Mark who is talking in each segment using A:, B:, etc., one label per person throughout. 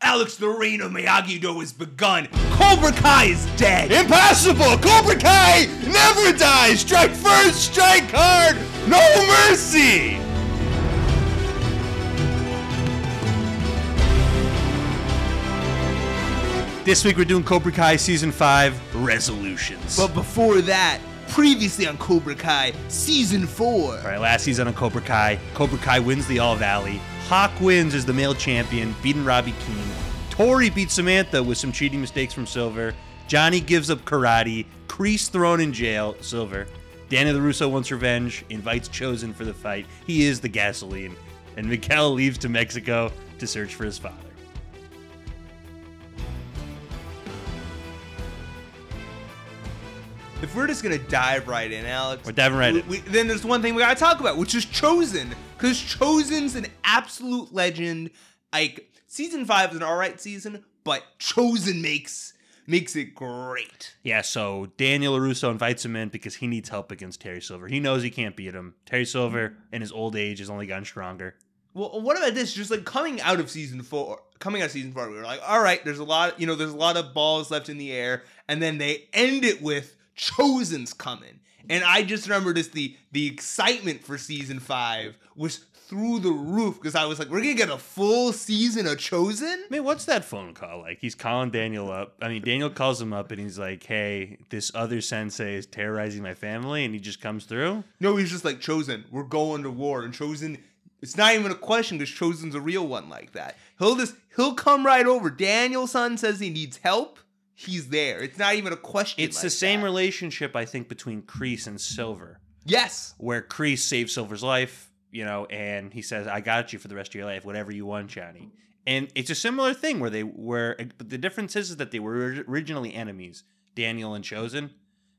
A: Alex the reign of Miyagi-Do has begun. Cobra Kai is dead.
B: Impossible! Cobra Kai never dies! Strike first, strike hard! No mercy! This week we're doing Cobra Kai Season 5 Resolutions.
A: But before that, previously on Cobra Kai season four.
B: All right, last season on Cobra Kai, Cobra Kai wins the All Valley. Hawk wins as the male champion, beating Robbie Keane. Tori beats Samantha with some cheating mistakes from Silver. Johnny gives up karate. Crease thrown in jail, Silver. Danny LaRusso wants revenge, invites Chosen for the fight. He is the gasoline. And Miguel leaves to Mexico to search for his father.
A: If we're just gonna dive right in, Alex,
B: We're diving right
A: we-
B: in.
A: we- then there's one thing we gotta talk about, which is Chosen, because Chosen's an absolute legend. Like season five is an all right season, but Chosen makes makes it great.
B: Yeah, so Daniel LaRusso invites him in because he needs help against Terry Silver. He knows he can't beat him. Terry Silver, in his old age, has only gotten stronger.
A: Well, what about this? Just like coming out of season four, coming out of season four, we were like, all right, there's a lot, you know, there's a lot of balls left in the air, and then they end it with Chosen's coming, and I just remember just the the excitement for season five was through the roof because I was like, we're gonna get a full season of Chosen.
B: I mean, what's that phone call like? He's calling Daniel up. I mean, Daniel calls him up and he's like, "Hey, this other sensei is terrorizing my family," and he just comes through.
A: No, he's just like Chosen. We're going to war, and Chosen. It's not even a question because Chosen's a real one like that. He'll just he'll come right over. Daniel's son says he needs help. He's there. It's not even a question.
B: It's the
A: like
B: same
A: that.
B: relationship I think between Crease and Silver,
A: Yes.
B: where Crease saves Silver's life, you know, and he says, "I got you for the rest of your life, whatever you want, Johnny." And it's a similar thing where they were, eh, but the difference is, is that they were orig- originally enemies, Daniel and Chosen,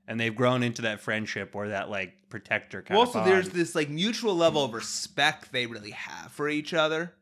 B: and they've grown into that friendship or that like protector kind
A: Well,
B: of.
A: also, there's
B: bond.
A: this like mutual level of respect they really have for each other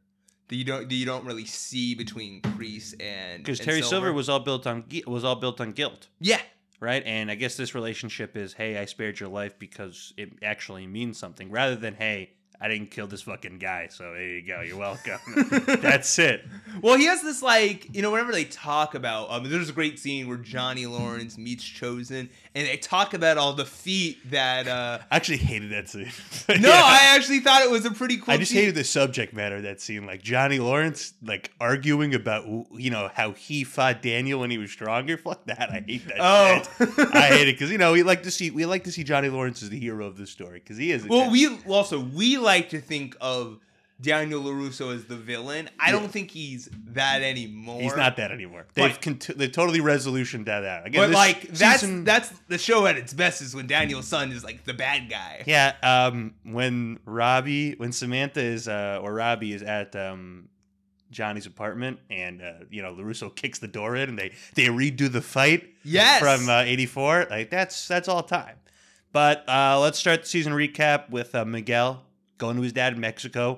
A: that you don't that you don't really see between Crease and
B: because
A: and
B: Terry Silver. was all built on gui- was all built on guilt,
A: yeah
B: right? And I guess this relationship is, hey, I spared your life because it actually means something, rather than, hey, I didn't kill this fucking guy, so there you go, you're welcome. That's it.
A: Well, he has this like you know whenever they talk about um, there's a great scene where Johnny Lawrence meets Chosen and they talk about all the feet that uh
B: I actually hated that scene.
A: no I actually thought it was a pretty cool.
B: I just
A: scene.
B: hated the subject matter of that scene, like Johnny Lawrence, like arguing about you know how he fought Daniel when he was stronger. Fuck that! I hate that.
A: Oh.
B: shit. I hate it because you know we like to see we like to see Johnny Lawrence as the hero of the story because he is. a
A: Well, we also we like to think of Daniel Larusso as the villain. I don't think he's that anymore.
B: He's not that anymore. They've
A: Right.
B: cont- they totally resolutioned that out. Again,
A: But
B: this
A: like that's
B: season-
A: that's the show at its best is when Daniel Sun is like the bad guy.
B: yeah. Um, when Robbie, when Samantha is uh, or Robbie is at um, Johnny's apartment, and uh, you know Larusso kicks the door in, and they they redo the fight
A: Yes.
B: from uh, '84. Like that's that's all time. But uh, let's start the season recap with uh, Miguel going to his dad in Mexico.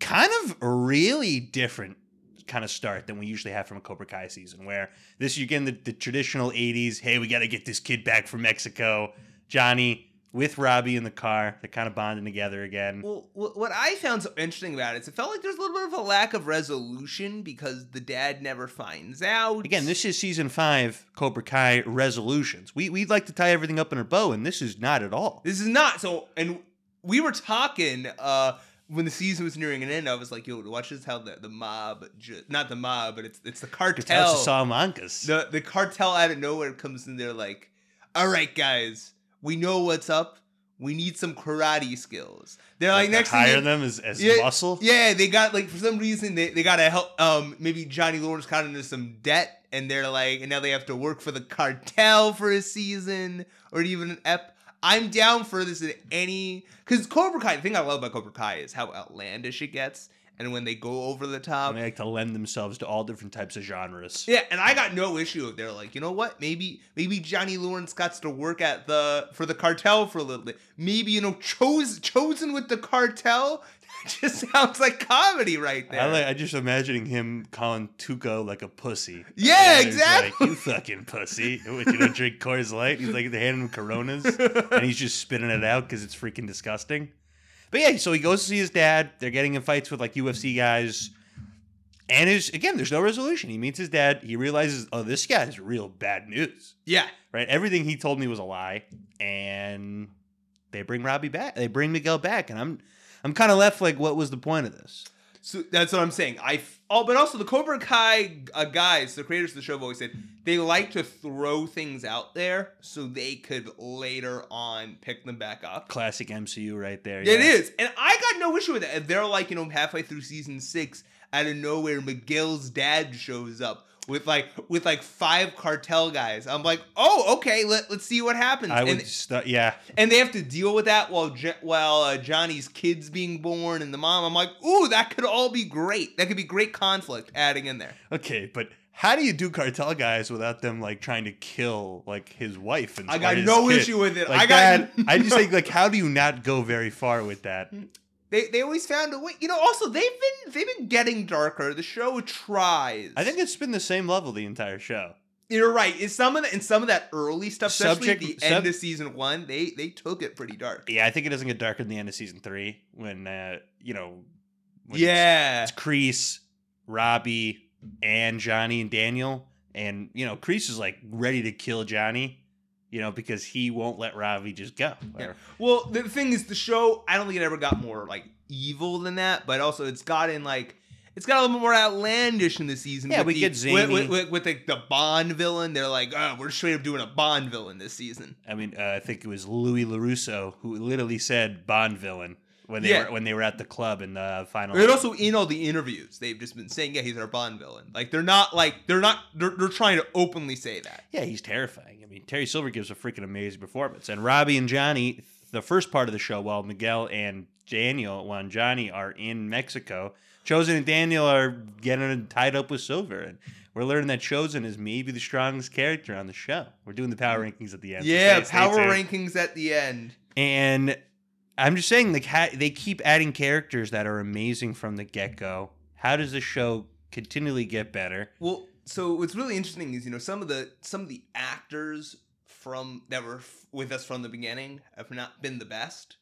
B: Kind of really different kind of start than we usually have from a Cobra Kai season, where this you're getting the, the traditional '80s. Hey, we got to get this kid back from Mexico. Johnny with Robbie in the car, they're kind of bonding together again.
A: well, wh- what I found so interesting about it is it felt like there's a little bit of a lack of resolution because the dad never finds out.
B: Again, this is season five Cobra Kai resolutions. We we'd like to tie everything up in a bow, and this is not at all.
A: This is not so. And we were talking uh when the season was nearing an end. I was like, "Yo, watch this! How the, the mob, ju- not the mob, but it's it's the cartel.
B: Tell Salamancas.
A: the the cartel out of nowhere comes in there like, all right, guys, we know what's up. We need some karate skills. They're like,
B: Like,
A: next thing
B: hire
A: you-
B: them as, as
A: Yeah,
B: muscle.
A: Yeah, they got like for some reason they, they gotta help. Um, maybe Johnny Lawrence got into some debt, and they're like, and now they have to work for the cartel for a season or even an ep. I'm down for this in any because Cobra Kai. The thing I love about Cobra Kai is how outlandish it gets, and when they go over the top.
B: And they like to lend themselves to all different types of genres.
A: Yeah, and I got no issue if they're like, you know what? Maybe maybe Johnny Lawrence got to work at the for the cartel for a little bit. Maybe you know, chose chosen with the cartel. That just sounds like comedy right there.
B: I like, I just imagining him calling Tuco like a pussy.
A: Yeah,
B: And he's
A: exactly.
B: Like, you fucking pussy. What, you don't drink Coors Light. He's like they hand him Coronas, and he's just spitting it out because it's freaking disgusting. But yeah, so he goes to see his dad. They're getting in fights with like UFC guys. And is again, there's no resolution. He meets his dad. He realizes, oh, this guy's real bad news,
A: Yeah.
B: right? Everything he told me was a lie. And they bring Robbie back. They bring Miguel back, and I'm, I'm kind of left like, what was the point of this?
A: So that's what I'm saying. I f- oh, but also the Cobra Kai uh, guys, the creators of the show, have always said they like to throw things out there so they could later on pick them back up.
B: Classic MCU, right there.
A: It
B: yeah.
A: is, and I got no issue with that. If They're like you know halfway through season six, out of nowhere, Miguel's dad shows up with like with like five cartel guys. I'm like, oh, okay, let let's see what happens.
B: I
A: and
B: would, stu- yeah.
A: and they have to deal with that while Jo- while uh, Johnny's kids being born and the mom. I'm like, ooh, that could all be great. That could be great conflict adding in there.
B: Okay, but how do you do cartel guys without them like trying to kill like his wife and
A: I got
B: or his
A: no
B: kid?
A: issue with it.
B: Like
A: I got.
B: that, I just think like how do you not go very far with that?
A: they they always found a way. You know. Also, they've been they've been getting darker. The show tries.
B: I think it's been the same level the entire show.
A: you're right. Is some of the, in some of that early stuff, especially at
B: Subject-
A: the
B: sub-
A: end of season one, they they took it pretty dark.
B: Yeah, I think it doesn't get darker in the end of season three when uh you know when
A: yeah.
B: it's, it's Crease, Robbie, and Johnny and Daniel. And you know, Crease is like ready to kill Johnny, you know, because he won't let Robbie just go.
A: Yeah.
B: Or-
A: Well, the thing is, the show I don't think it ever got more like evil than that, but also it's gotten like it's got a little bit more outlandish in the season.
B: Yeah,
A: with
B: we
A: the,
B: get zany.
A: with, with, with, like the Bond villain. They're like, oh, we're straight up doing a Bond villain this season.
B: I mean, uh, I think it was Louis Larusso who literally said Bond villain when they
A: Yeah.
B: were when they were at the club in the final.
A: And also in all the interviews, they've just been saying, yeah, he's our Bond villain. Like they're not like they're not they're, they're trying to openly say that.
B: yeah, he's terrifying. I mean, Terry Silver gives a freaking amazing performance, and Robbie and Johnny, the first part of the show, while Miguel and Daniel, while Johnny are in Mexico, Chosen and Daniel are getting tied up with Silver, and we're learning that Chosen is maybe the strongest character on the show. We're doing the power rankings at the end. so
A: Mm. yeah,
B: stay- stay
A: power
B: tuned.
A: rankings at the end.
B: And I'm just saying, like, ha- they keep adding characters that are amazing from the get go. How does the show continually get better?
A: Well, so what's really interesting is you know some of the some of the actors from that were f- with us from the beginning have not been the best.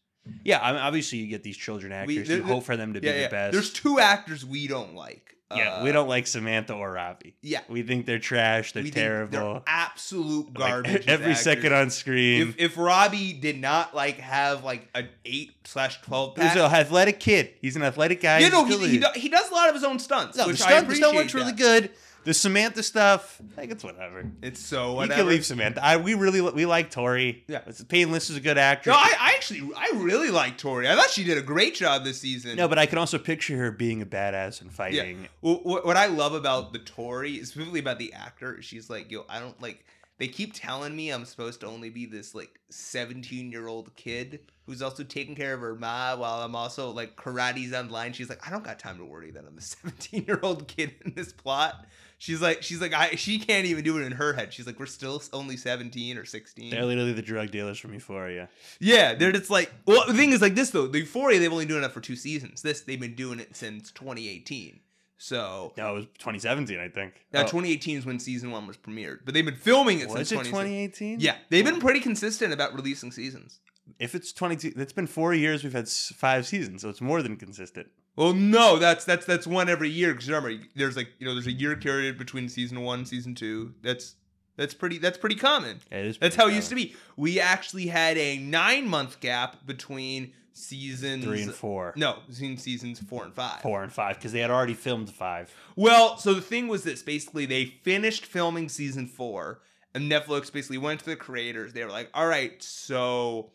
B: Yeah, I mean, obviously you get these children actors.
A: there-
B: you
A: there-
B: hope for them to be the best.
A: There's two actors we don't like.
B: yeah,
A: Uh,
B: we don't like Samantha or Robbie.
A: Yeah,
B: We think they're trash. They're
A: we think
B: terrible.
A: They're absolute
B: Like,
A: garbage. as
B: every
A: actors.
B: second on screen.
A: If, if Robbie did not like have like an eight slash twelve
B: There's
A: pack,
B: an athletic kid. He's an athletic guy.
A: you
B: He's
A: know he,
B: really-
A: he, do, he does a lot of his own stunts,
B: no, the
A: which I
B: stunt, the
A: appreciate.
B: stunt works really
A: that.
B: good. The Samantha stuff, like it's whatever.
A: It's so
B: You
A: whatever.
B: can leave Samantha. I, we really we like Tori.
A: Yeah.
B: It's- Painless is a good actress.
A: No, I, I actually I really like Tori. I thought she did a great job this season.
B: No, but I can also picture her being a badass and fighting.
A: Well, what, what I love about the Tory, specifically about the actor, is she's like, yo, I don't like. They keep telling me I'm supposed to only be this like 17 year old kid who's also taking care of her ma while I'm also like karate's online. She's like, I don't got time to worry that I'm a 17 year old kid in this plot. She's like, she's like, I she can't even do it in her head. She's like, we're still only 17 or 16.
B: They're literally the drug dealers from Euphoria.
A: yeah, they're just like, well, the thing is like this though. The Euphoria they've only doing it for two seasons. This they've been doing it since 2018. So
B: No, it was 2017, I think.
A: now,
B: Oh,
A: 2018 is when season one was premiered, but they've been filming it
B: was it
A: since 2018.
B: 2018?
A: Yeah, they've been pretty consistent about releasing seasons.
B: If it's 22, it's been four years. We've had s- five seasons, so it's more than consistent.
A: Well, no, that's that's that's one every year. Because remember, there's like you know there's a year period between season one, and season two. That's that's pretty that's pretty common.
B: It is.
A: That's how it used to be. We actually had a nine month gap between seasons
B: Three and four.
A: No, between seasons four and five.
B: Four and five, because they had already filmed five.
A: Well, so the thing was this basically they finished filming season four, and Netflix basically went to the creators. They were like, "All right, so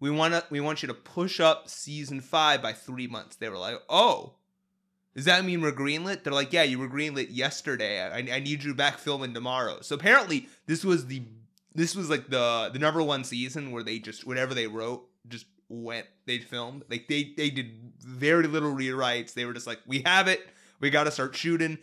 A: we want to we want you to push up season five by three months." They were like, "Oh." Does that mean we're greenlit? They're like, yeah, you were greenlit yesterday. I, I need you back filming tomorrow. So apparently, this was the this was like the the number one season where they just whatever they wrote just went they filmed like they they did very little rewrites. They were just like, we have it. We got to start shooting.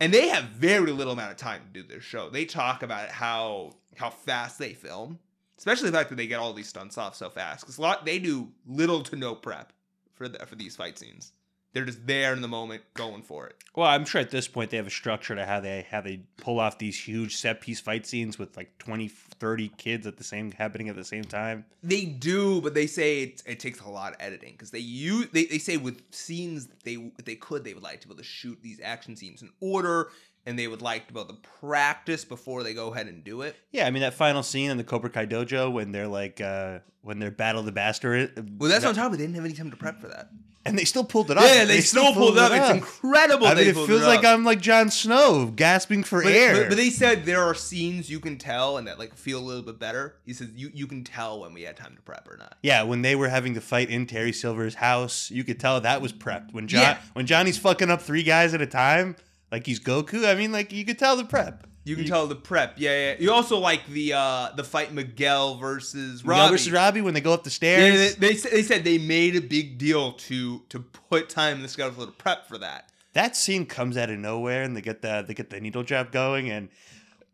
A: And they have very little amount of time to do their show. They talk about how how fast they film, especially the fact that they get all these stunts off so fast. Because lot they do little to no prep for the, for these fight scenes. They're just there in the moment, going for it.
B: Well, I'm sure at this point they have a structure to how they how they pull off these huge set piece fight scenes with like 20, 30 kids at the same happening at the same time.
A: They do, but they say it, it takes a lot of editing because they use they, they say with scenes that they if they could they would like to be able to shoot these action scenes in order, and they would like to be able to practice before they go ahead and do it.
B: Yeah, I mean that final scene in the Cobra Kai dojo when they're like uh when they're battle the bastard.
A: Well, that's what I'm talking about. They didn't have any time to prep for that.
B: and they still pulled it off.
A: Yeah, they, still pulled up. It's incredible.
B: I
A: they
B: mean, it
A: pulled
B: feels
A: up.
B: like I'm like Jon Snow gasping for
A: But,
B: air.
A: but, but they said there are scenes you can tell and that like feel a little bit better. He says you you can tell when we had time to prep or not.
B: yeah, when they were having the fight in Terry Silver's house, you could tell that was prepped. When John,
A: Yeah.
B: when Johnny's fucking up three guys at a time, like he's Goku. I mean, like you could tell the prep.
A: You can tell the prep. Yeah, yeah. You also like the uh the fight Miguel versus
B: Robbie.
A: Robbie.
B: versus Robbie when they go up the
A: Yeah,
B: stairs.
A: they, they, sa- they said they made a big deal to to put time in the schedule to prep for that.
B: that scene comes out of nowhere and they get the they get the needle drop going and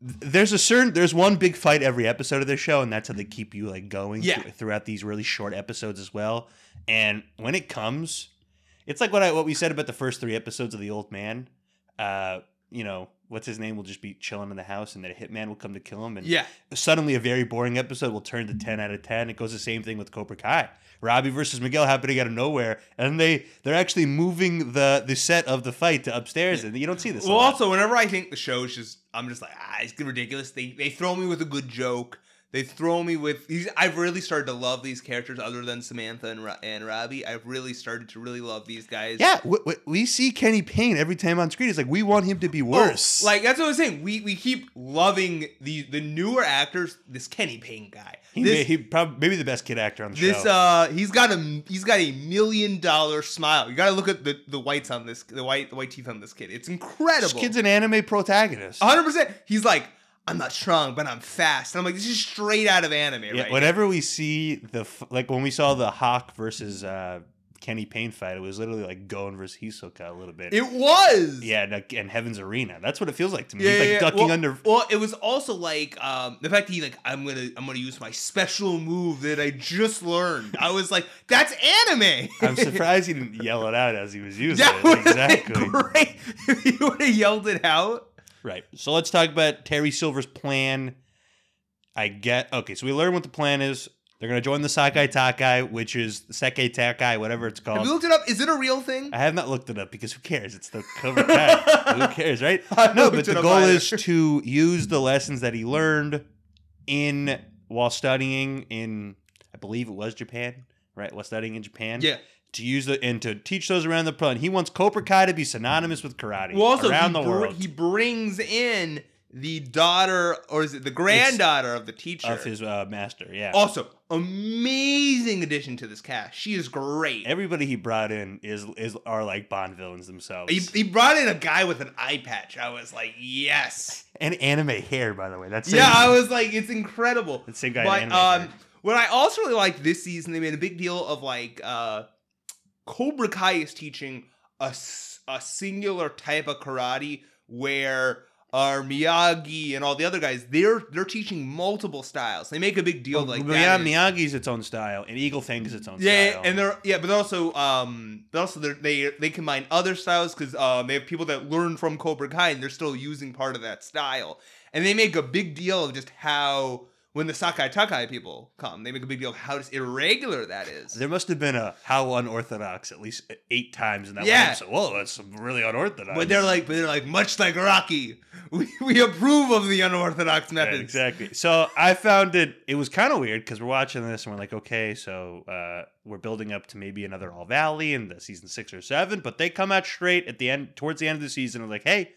B: th- there's a certain there's one big fight every episode of this show and that's how they keep you like going
A: Yeah.
B: thr- throughout these really short episodes as well and when it comes it's like what I what we said about the first three episodes of the old man uh you know what's his name will just be chilling in the house and then a hitman will come to kill him and
A: Yeah,
B: suddenly a very boring episode will turn to 10 out of 10 it goes the same thing with cobra kai robbie versus miguel happening out of nowhere and they they're actually moving the the set of the fight to upstairs and you don't see this a
A: Well,
B: lot.
A: also, whenever I think the show's just, I'm just like, ah, it's ridiculous. They they throw me with a good joke. They throw me with these. I've really started to love these characters, other than Samantha and, Ro- and Robbie. I've really started to really love these guys.
B: yeah w- w- we see kenny payne every time on screen it's like we want him to be
A: Oh,
B: worse
A: like that's what I was saying. We we keep loving the the newer actors. This Kenny Payne guy.
B: he,
A: this
B: may, he probably maybe the best kid actor on the
A: this
B: show
A: uh, he's got a he's got a million dollar smile. You got to look at the the whites on this the white the white teeth on this kid. It's incredible.
B: this kid's an anime protagonist
A: hundred percent. He's like, I'm not strong, but I'm fast. And I'm like, this is straight out of anime,
B: yeah
A: right?
B: whenever we see the f- like when we saw the hawk versus uh kenny payne fight it was literally like going versus hisoka a little bit
A: It was.
B: Yeah, and, like, and Heaven's Arena. That's what it feels like to me.
A: Yeah,
B: He's like
A: yeah, yeah.
B: ducking
A: well,
B: under.
A: Well, it was also like um, the fact that he like I'm gonna I'm gonna use my special move that I just learned. I was like, that's anime.
B: I'm surprised he didn't yell it out as he was using
A: that
B: it.
A: would
B: Exactly.
A: exactly. great if you would have yelled it out.
B: Right. So let's talk about Terry Silver's plan. I get. Okay, so we learn what the plan is. They're going to join the Sakai Takai, which is Sekai Takai, whatever it's
A: Have you
B: called.
A: looked it up? Is it a real thing?
B: I have not looked it up because who cares? It's the cover guy. who cares, right?
A: I
B: No,
A: looked
B: but
A: it
B: the
A: up
B: goal
A: either.
B: is to use the lessons that he learned in while studying in, I believe it was Japan, right? While studying in Japan.
A: Yeah.
B: to use the and to teach those around the planet. He wants Cobra Kai to be synonymous with karate
A: Well, also
B: around the
A: he, br-
B: world
A: he brings in the daughter, or is it the granddaughter of the teacher
B: of his uh, master. Yeah,
A: Also, amazing addition to this cast. She is great.
B: everybody he brought in is is are like Bond villains themselves.
A: he, he brought in a guy with an eye patch. I was like, yes.
B: and anime hair, by the way. That's
A: Yeah, I was like, it's incredible.
B: that same guy. had
A: But
B: anime
A: um,
B: hair.
A: what I also really liked this season, they made a big deal of like uh, Cobra Kai is teaching a, s- a singular type of karate where our Miyagi and all the other guys they're they're teaching multiple styles. They make a big deal
B: Well,
A: like
B: Mi-
A: that. is-
B: Miyagi's its own style, and Eagle Fang is its own
A: Yeah,
B: style.
A: and they're yeah, but also um, they also they're, they they combine other styles because um, they have people that learn from Cobra Kai and they're still using part of that style, and they make a big deal of just how when the Sakai Takai people come, they make a big deal of how just irregular that is.
B: there must have been a how unorthodox at least eight times in that
A: Yeah.
B: one episode. Whoa, that's some really unorthodox.
A: but they're like, but they're like, much like Rocky, we, we approve of the unorthodox
B: Yeah,
A: methods.
B: exactly. So I found it. It was kind of weird because we're watching this and we're like, okay, so uh, we're building up to maybe another All Valley in the season six or seven, but they come out straight at the end, towards the end of the season, and like, hey,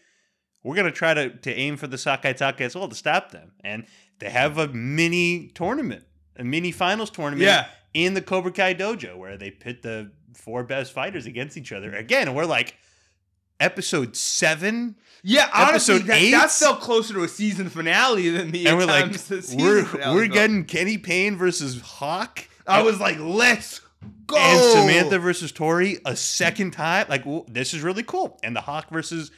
B: we're gonna try to to aim for the Sakai Taka as well to stop them, and they have a mini tournament, a mini finals tournament,
A: Yeah.
B: in the Cobra Kai dojo where they pit the four best fighters against each other again, and we're like. Episode seven,
A: Yeah, honestly,
B: Episode
A: that,
B: eight?
A: that felt closer to a season finale than the
B: and we're like,
A: attempts that season
B: we're
A: finales
B: we're
A: felt.
B: getting Kenny Payne versus Hawk.
A: I was like, let's go.
B: and Samantha versus Tori a second time. Like w- this is really cool. And the Hawk versus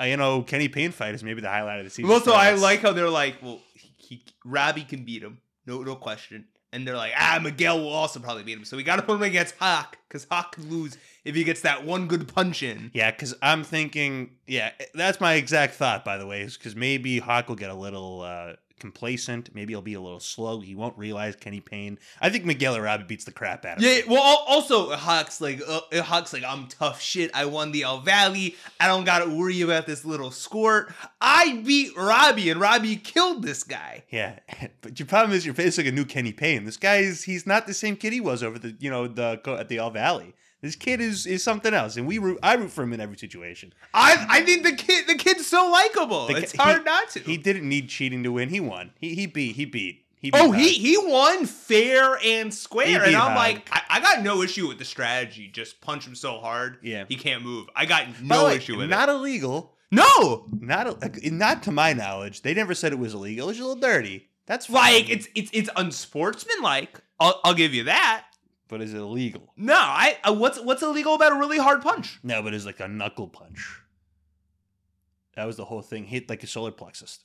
B: uh, you know Kenny Payne fight is maybe the highlight of the season.
A: Well, also,
B: for
A: I
B: us.
A: like how they're like, well, he, he, Robbie can beat him, no, no question. And they're like, ah, Miguel will also probably beat him. So we got to put him against Hawk because Hawk could lose if he gets that one good punch in.
B: Yeah, because I'm thinking, yeah, that's my exact thought, by the way, is because maybe Hawk will get a little uh, complacent. Maybe he'll be a little slow. He won't realize Kenny Payne. I think Miguel Arabi beats the crap out of him.
A: Yeah. Well, al- also Hawk's like uh, Hawk's like I'm tough shit. I won the El Valley. I don't gotta worry about this little squirt. I beat Robbie, and Robbie killed this guy.
B: Yeah, but your problem is you're facing a new Kenny Payne. This guy is he's not the same kid he was over the you know the at the All Valley. This kid is is something else, and we root, I root for him in every situation.
A: I I think the kid the kid's so likable.
B: The
A: it's
B: ki-
A: hard
B: he-
A: not to.
B: He didn't need cheating to win. He won. He he beat. He beat. He beat
A: Oh, he
B: Hawk.
A: he won fair and square,
B: beat
A: and I'm
B: Hog.
A: like, I, I got no issue with the strategy. Just punch him so hard,
B: Yeah.
A: he can't move. I got
B: By the
A: no
B: way,
A: issue with
B: Not illegal.
A: it. No,
B: Not a- not to my knowledge. They never said it was illegal. It was a little dirty. That's fine.
A: like it's it's it's unsportsmanlike. I'll, I'll give you that.
B: but is it illegal?
A: No, I, I what's what's illegal about a really hard punch?
B: No, but it's like a knuckle punch. That was the whole thing. Hit like a solar plexus.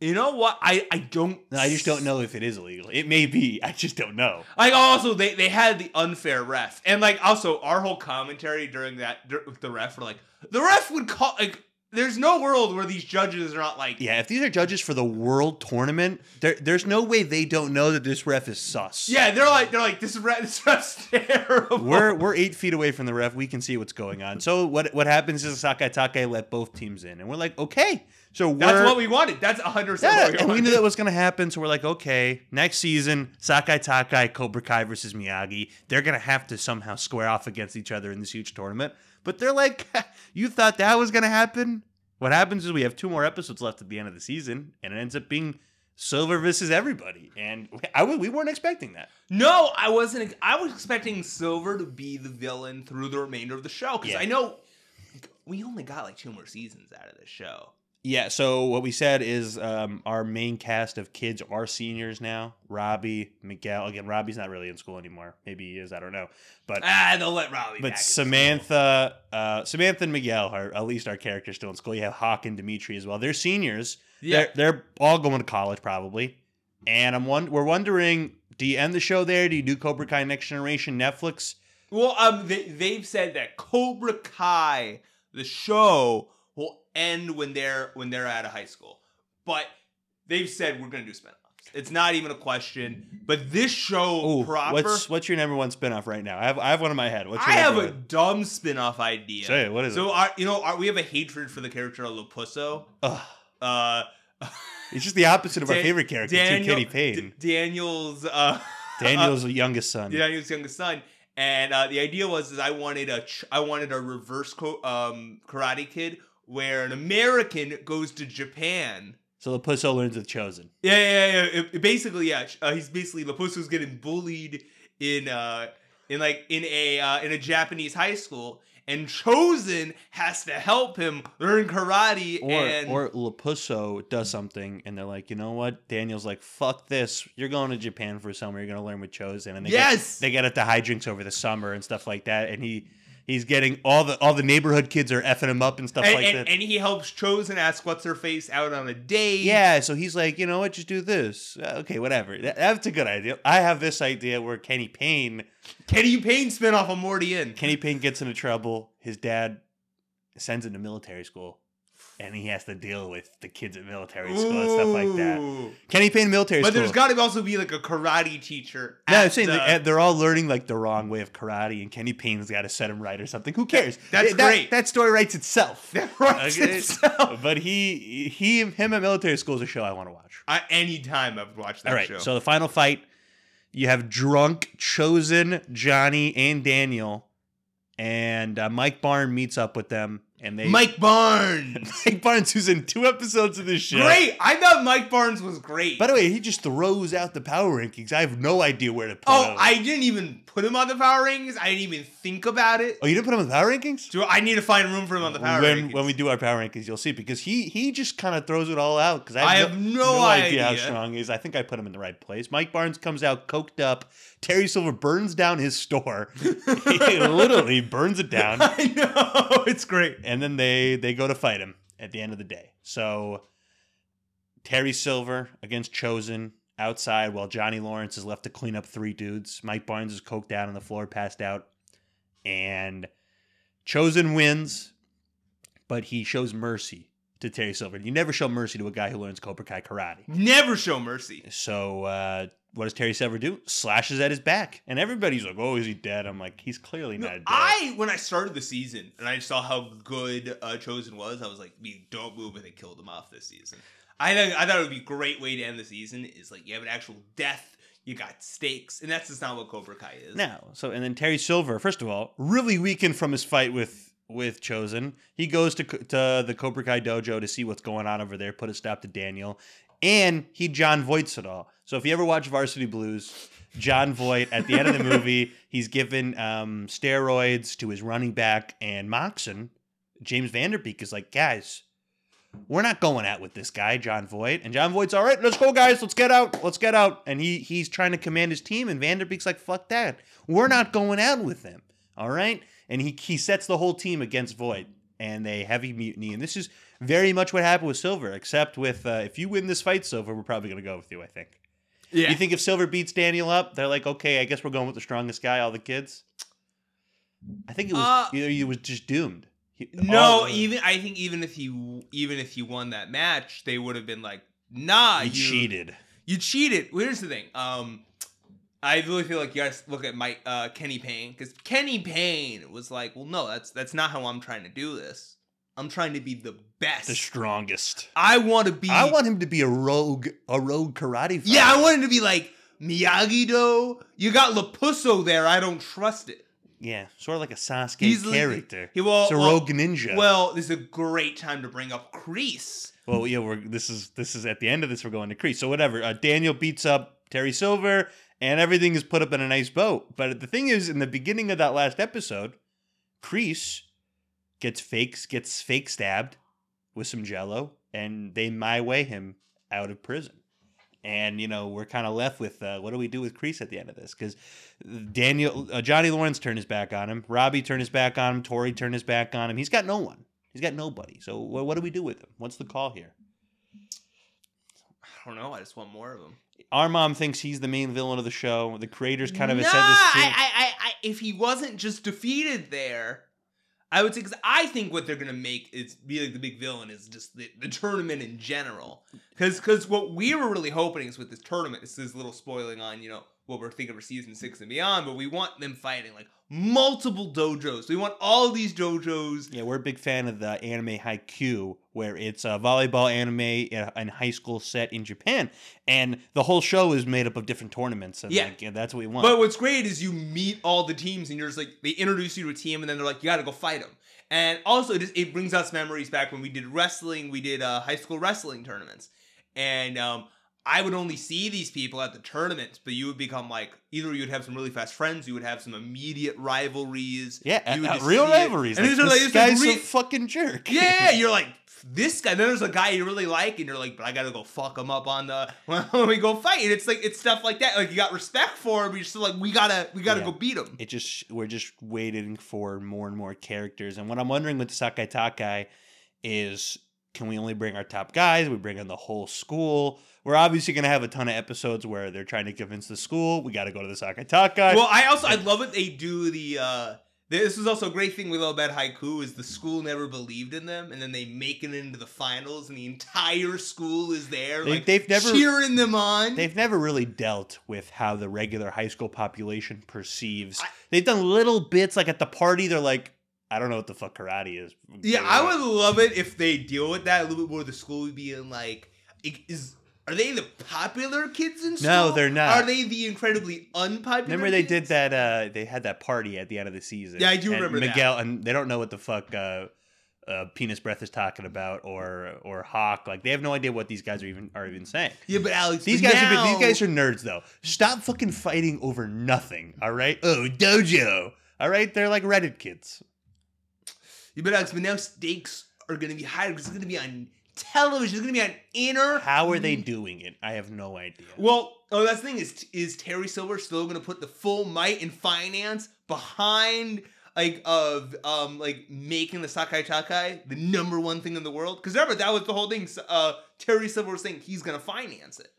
A: You know what? I I don't.
B: No, I just don't know if it is illegal. It may be. I just don't know.
A: Like also they they had the unfair ref, and like also our whole commentary during that dur- with the ref were like the ref would call like. There's no world where these judges are not like
B: Yeah, if these are judges for the world tournament, there, there's no way they don't know that this ref is sus.
A: Yeah, they're like they're like this ref this ref's terrible.
B: We're we're eight feet away from the ref. We can see what's going on. So what what happens is Sakatake let both teams in, and we're like, okay. So we're,
A: That's what we wanted. That's hundred percent
B: yeah,
A: what we
B: and
A: wanted.
B: we knew that was going to happen. So we're like, okay, next season, Sakai Takai, Cobra Kai versus Miyagi, they're going to have to somehow square off against each other in this huge tournament. But they're like, you thought that was going to happen? What happens is we have two more episodes left at the end of the season, and it ends up being Silver versus everybody. And I, we weren't expecting that.
A: No, I wasn't. I was expecting Silver to be the villain through the remainder of the show because
B: Yeah.
A: I know like, we only got like two more seasons out of this show.
B: Yeah, so what we said is um, our main cast of kids are seniors now. Robbie, Miguel. Again, Robbie's not really in school anymore. Maybe he is, I don't know. But
A: Ah, they'll let Robbie. back
B: But
A: in
B: Samantha, uh, Samantha and Miguel are at least our characters still in school. You have Hawk and Dimitri as well. They're seniors.
A: school. yeah.
B: They're, they're all going to college probably. And I'm one. We're wondering: Do you end the show there? Do you do Cobra Kai Next Generation Netflix?
A: Well, um, they they've said that Cobra Kai, the show, will end when they're when they're out of high school. But they've said we're gonna do spinoffs. It's not even a question. But this show
B: Ooh,
A: proper.
B: what's what's your number one spinoff right now? I have I have one in my head. What's your
A: I have
B: number
A: a
B: one?
A: dumb spin-off idea.
B: Say it, what is
A: so our, you know, our, we have a hatred for the character of Lopusso.
B: Ugh.
A: Uh,
B: It's just the opposite of our
A: Dan-
B: favorite character, too,
A: Daniel,
B: Kenny Payne,
A: D- Daniel's uh,
B: Daniel's youngest son.
A: Yeah, he was youngest son. And uh, the idea was is I wanted a ch- I wanted a reverse co- um, Karate Kid where an American goes to Japan.
B: So the Pusso learns with Chosen.
A: Yeah, yeah, yeah. It- it basically, yeah. sh- Uh, he's basically Lapusso's getting bullied in uh in like in a uh, in a Japanese high school, and Chosen has to help him learn karate.
B: or
A: and
B: or Lapusso does something and they're like, you know what? Daniel's like, fuck this. You're going to Japan for summer. You're going to learn with Chosen. And they
A: yes,
B: get, they get at the high drinks over the summer and stuff like that. And he he's getting all the all the neighborhood kids are effing him up and stuff
A: and,
B: like
A: and,
B: that.
A: and he helps Chosen ask what's her face out on a date.
B: yeah, so he's like, you know what? Just do this. Uh, okay, whatever. That- that's a good idea. I have this idea where Kenny Payne
A: Kenny Payne spin off of Morty in.
B: Kenny Payne gets into trouble. His dad sends him to military school. And he has to deal with the kids at military school and stuff like that.
A: Ooh.
B: Kenny Payne military
A: But
B: school.
A: there's got to also be like a karate teacher.
B: No,
A: at
B: I'm saying
A: the-
B: they're, they're all learning like the wrong way of karate, and Kenny Payne's got to set him right or something. Who cares?
A: That's
B: Th- that,
A: great.
B: That story writes itself.
A: that writes
B: Okay.
A: itself.
B: but he, he, him at military school is a show I want to watch.
A: I, anytime I've watched that
B: all right.
A: show.
B: So the final fight, you have drunk, chosen Johnny and Daniel, and uh, Mike Barn meets up with them, and they
A: Mike Barnes.
B: Mike Barnes, who's in two episodes of this show.
A: Great. I thought Mike Barnes was great.
B: By the way, he just throws out the power rankings. I have no idea where to put
A: oh,
B: him.
A: I didn't even put him on the power rankings. I didn't even think about it.
B: oh, you didn't put him in the power rankings?
A: Do I need to find room for him on the power
B: when
A: rankings?
B: when we do our power rankings, you'll see because he he just kind of throws it all out because
A: I
B: I,
A: have no, idea.
B: how strong he is. I think I put him in the right place. Mike Barnes comes out coked up. Terry Silver burns down his store. he literally burns it down,
A: I know. It's great.
B: and then they they go to fight him at the end of the day. So Terry Silver against Chosen. outside while Johnny Lawrence is left to clean up three dudes. Mike Barnes is coked out on the floor, passed out, and Chosen wins, but he shows mercy to Terry Silver. You never show mercy to a guy who learns Cobra Kai karate.
A: Never show mercy.
B: So uh, what does Terry Silver do? Slashes at his back, and everybody's like, "Oh, is he dead?" I'm like, "He's clearly
A: No,
B: not dead."
A: I when I started the season and I saw how good uh, Chosen was, I was like, "You don't move and they killed him off this season." I th- I thought it would be a great way to end the season is like you have an actual death, you got stakes, and that's just not what Cobra Kai is.
B: now, so and then Terry Silver, first of all, really weakened from his fight with with Chosen. He goes to co- to the Cobra Kai dojo to see what's going on over there, put a stop to Daniel, and he John Voights it all. So if you ever watch Varsity Blues, John Voight at the end of the movie, he's given um, steroids to his running back and Moxon. James Vanderbeek is like, guys, we're not going out with this guy, John Voight. And John Voight's all right, let's go, guys, let's get out, let's get out. And he he's trying to command his team, and Vanderbeek's like, fuck that. We're not going out with them. All right. And he he sets the whole team against Voight. And they heavy mutiny. And this is very much what happened with Silver, except with uh, if you win this fight, Silver, we're probably gonna go with you, I think.
A: yeah,
B: You think if Silver beats Daniel up, they're like, okay, I guess we're going with the strongest guy, all the kids. I think it was
A: Uh,
B: either he was just doomed. He-
A: No,
B: all-
A: even I think even if you even if you won that match, they would have been like, "Nah,
B: he
A: you,
B: cheated.
A: You cheated." Well, here's the thing. Um, I really feel like you guys look at my uh, Kenny Payne because Kenny Payne was like, "Well, no, that's that's not how I'm trying to do this. I'm trying to be the best.
B: The strongest.
A: I want to be.
B: I want him to be a rogue, a rogue karate. Fighter.
A: Yeah, I want him to be like Miyagi Do. You got Lapusso there. I don't trust it.
B: Yeah, sort of like a Sasuke
A: He's like-
B: character.
A: He well,
B: It's a
A: well,
B: rogue ninja.
A: well, this is a great time to bring up Crease.
B: Well, yeah, we're this is this is at the end of this we're going to Crease. So whatever. Uh, Daniel beats up Terry Silver, and everything is put up in a nice bow. But the thing is, in the beginning of that last episode, Crease gets fakes gets fake stabbed with some Jello, and they my way him out of prison. And you know we're kind of left with uh, what do we do with Crease at the end of this? Because Daniel uh, Johnny Lawrence turned his back on him, Robbie turned his back on him, Tori turned his back on him. He's got no one. He's got nobody. So what, what do we do with him? What's the call here?
A: I don't know. I just want more of them.
B: Our mom thinks he's the main villain of the show. The creators kind of
A: nah,
B: have said this.
A: I,
B: too.
A: I, I, I, if he wasn't just defeated there, I would say because I think what they're gonna make is be like the big villain is just the, the tournament in general. Because because what we were really hoping is with this tournament, this is a little spoiling on you know what we're thinking for season six and beyond, but we want them fighting like multiple dojos. We want all these dojos.
B: yeah, we're a big fan of the anime Haikyuu, where it's a volleyball anime uh, and high school set in Japan, and the whole show is made up of different tournaments. And
A: Yeah.
B: like, yeah, that's what we want.
A: But what's great is you meet all the teams and you're just like they introduce you to a team and then they're like you got to go fight them. And also it just it brings us memories back when we did wrestling, we did uh, high school wrestling tournaments. And um I would only see these people at the tournaments, but you would become like either you'd have some really fast friends, you would have some immediate rivalries.
B: yeah,
A: you would
B: uh,
A: just
B: real
A: see it.
B: rivalries.
A: And
B: like,
A: these are like-
B: this
A: it's like
B: guy's a
A: re-
B: fucking jerk.
A: Yeah, you're like this guy. Then there's a guy you really like, and you're like, but I gotta go fuck him up on the when we go fight. And it's like it's stuff like that. Like you got respect for him, but you're still like, we gotta we gotta
B: Yeah.
A: go beat him.
B: it just we're just waiting for more and more characters. And what I'm wondering with Sakai Takai is can we only bring our top guys? We bring in the whole school. We're obviously gonna have a ton of episodes where they're trying to convince the school. We gotta go to the Sakai Takai.
A: Well, I also I love that they do the. uh This is also a great thing we love about haiku is the school never believed in them, and then they make it into the finals, and the entire school is there,
B: They-
A: like
B: they've never-
A: cheering them on.
B: They've never really dealt with how the regular high school population perceives.
A: I-
B: They've done little bits like at the party, they're like, I don't know what the fuck karate is.
A: yeah, I would love it if they deal with that a little bit more. The school would be in like i- is. Are they the popular kids in school?
B: No, they're not.
A: Are they the incredibly unpopular?
B: Remember they did
A: kids?
B: that. Uh, they had that party at the end of the season.
A: Yeah, I do
B: and
A: remember that.
B: Miguel, and they don't know what the fuck uh, uh, penis breath is talking about, or or hawk. Like they have no idea what these guys are even are even saying.
A: Yeah, but Alex,
B: These
A: but
B: guys are
A: now-
B: these guys are nerds though. Stop fucking fighting over nothing. All right. Oh dojo. All right. They're like Reddit kids.
A: Yeah, but Alex, but now stakes are going to be higher because it's going to be on television. It's going to be on inner.
B: How are they doing it? I have no idea.
A: Well, oh, that's the thing is is Terry Silver still going to put the full might and finance behind like of um like making the Sakai Takai the number one thing in the world? Because remember that was the whole thing. s- Uh, Terry Silver was saying he's going to finance it.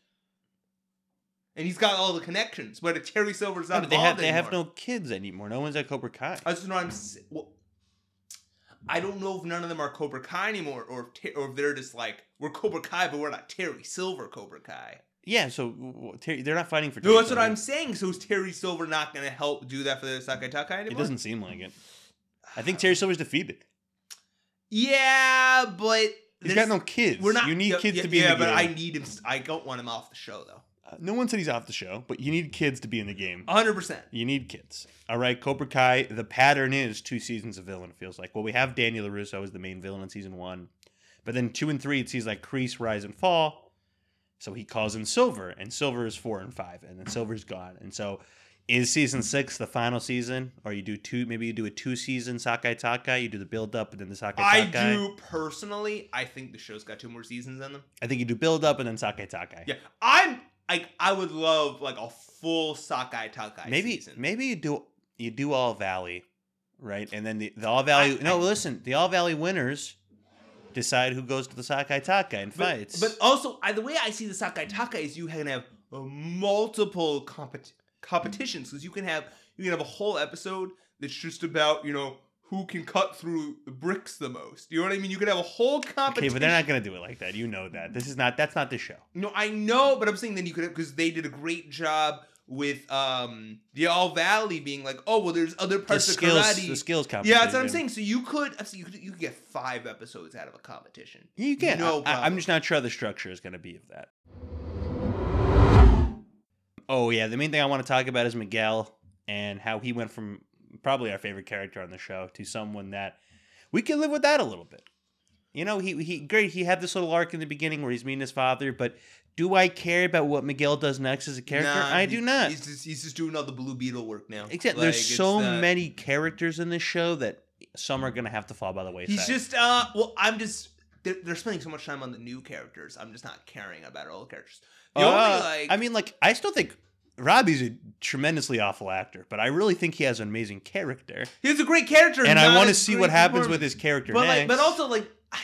A: and he's got all the connections. But if Terry Silver's
B: No,
A: not
B: but they have
A: involved
B: they have
A: anymore-
B: no kids anymore. No one's at Cobra Kai.
A: I just know I'm. s- Well, I don't know if none of them are Cobra Kai anymore, or if, Ter- or if they're just like we're Cobra Kai, but we're not Terry Silver Cobra Kai.
B: yeah, so w- w- Terry, they're not fighting for.
A: No,
B: Terry
A: that's what
B: Silver.
A: I'm saying. So is Terry Silver not going to help do that for the Sakai Takai anymore?
B: It doesn't seem like it. I think Terry Silver's defeated.
A: Yeah, but
B: He's got
A: there's-
B: no kids.
A: We're not.
B: You need
A: yeah,
B: kids
A: yeah,
B: to be
A: Yeah,
B: in the
A: but
B: game.
A: I need him. s- I don't want him off the show though.
B: Uh, no one said he's off the show, but you need kids to be in the game.
A: 100. percent
B: You need kids. All right, Cobra Kai, the pattern is two seasons of villain, it feels like. Well, we have Danny LaRusso as the main villain in season one, but then two and three, it sees like Crease rise and fall. So he calls in Silver, and Silver is four and five, and then Silver's gone. And so is season six the final season? Or you do two, maybe you do a two season Sakai Takai, you do the build up and then the Sakai
A: I
B: Takai.
A: do personally. I think the show's got two more seasons in them.
B: I think you do build up and then Sakai Takai.
A: Yeah, I'm like I would love like a full Sakai Takai
B: maybe
A: season.
B: maybe you do you do all valley right and then the, the all valley
A: I-
B: no
A: I-
B: listen the all valley winners decide who goes to the sakai taka and
A: but,
B: fights
A: but also I, the way I see the Sakai Takai is you can have uh, multiple compet- competitions because you can have you can have a whole episode that's just about you know who can cut through the bricks the most. You know what I mean? You could have a whole
B: okay
A: competition.
B: but they're not gonna do it like that you know that this is not that's not the show
A: No, I know, but I'm saying then you could because they did a great job with um the All Valley being like, oh well, there's other
B: the
A: parts of
B: skills
A: karate.
B: the skills competition
A: yeah, that's what I'm saying. So you could, so you could you could get five episodes out of a competition.
B: you can
A: No
B: I, I,
A: problem.
B: i'm just not sure how the structure is gonna be of that oh yeah the main thing i want to talk about is miguel and how he went from probably our favorite character on the show to someone that we can live with that a little bit. You know, he he great. He had this little arc in the beginning where he's meeting his father, but do I care about what Miguel does next as a character?
A: Nah,
B: I
A: he-
B: do not.
A: He's just, he's just doing all the Blue Beetle work now.
B: Except
A: Like,
B: there's
A: it's
B: so
A: not-
B: many characters in this show that some are gonna have to fall by the wayside.
A: He's just uh. Well, I'm just. They're, they're spending so much time on the new characters. I'm just not caring about old characters. The
B: Uh,
A: only like
B: I mean, like I still think Robbie's a tremendously awful actor, but I really think he has an amazing character,
A: he's a great character,
B: and I
A: not
B: want
A: a
B: to see
A: great
B: what happens
A: performance.
B: with his character
A: but
B: next.
A: like, but also like, I,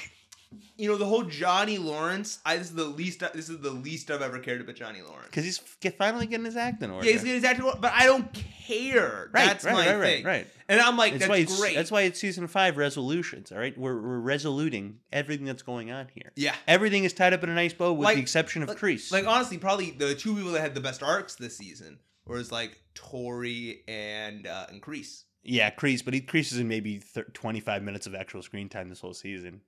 A: you know, the whole Johnny Lawrence. I this is the least. This is the least I've ever cared about Johnny Lawrence.
B: because he's f- finally getting his acting order.
A: Yeah, he's good as actor, but I don't care.
B: right,
A: that's
B: right,
A: my
B: right, right,
A: thing.
B: right.
A: And I'm like,
B: That's,
A: that's,
B: why it's
A: great.
B: that's why it's season five resolutions. All right, we're we're resoluting everything that's going on here.
A: yeah.
B: Everything is tied up in a nice bow, with
A: Like-
B: the exception of
A: like-
B: Crease.
A: Like honestly, probably the two people that had the best arcs this season was like Tori and uh, and Kreese.
B: yeah, Crease, but he creases in maybe thir- twenty five minutes of actual screen time this whole season.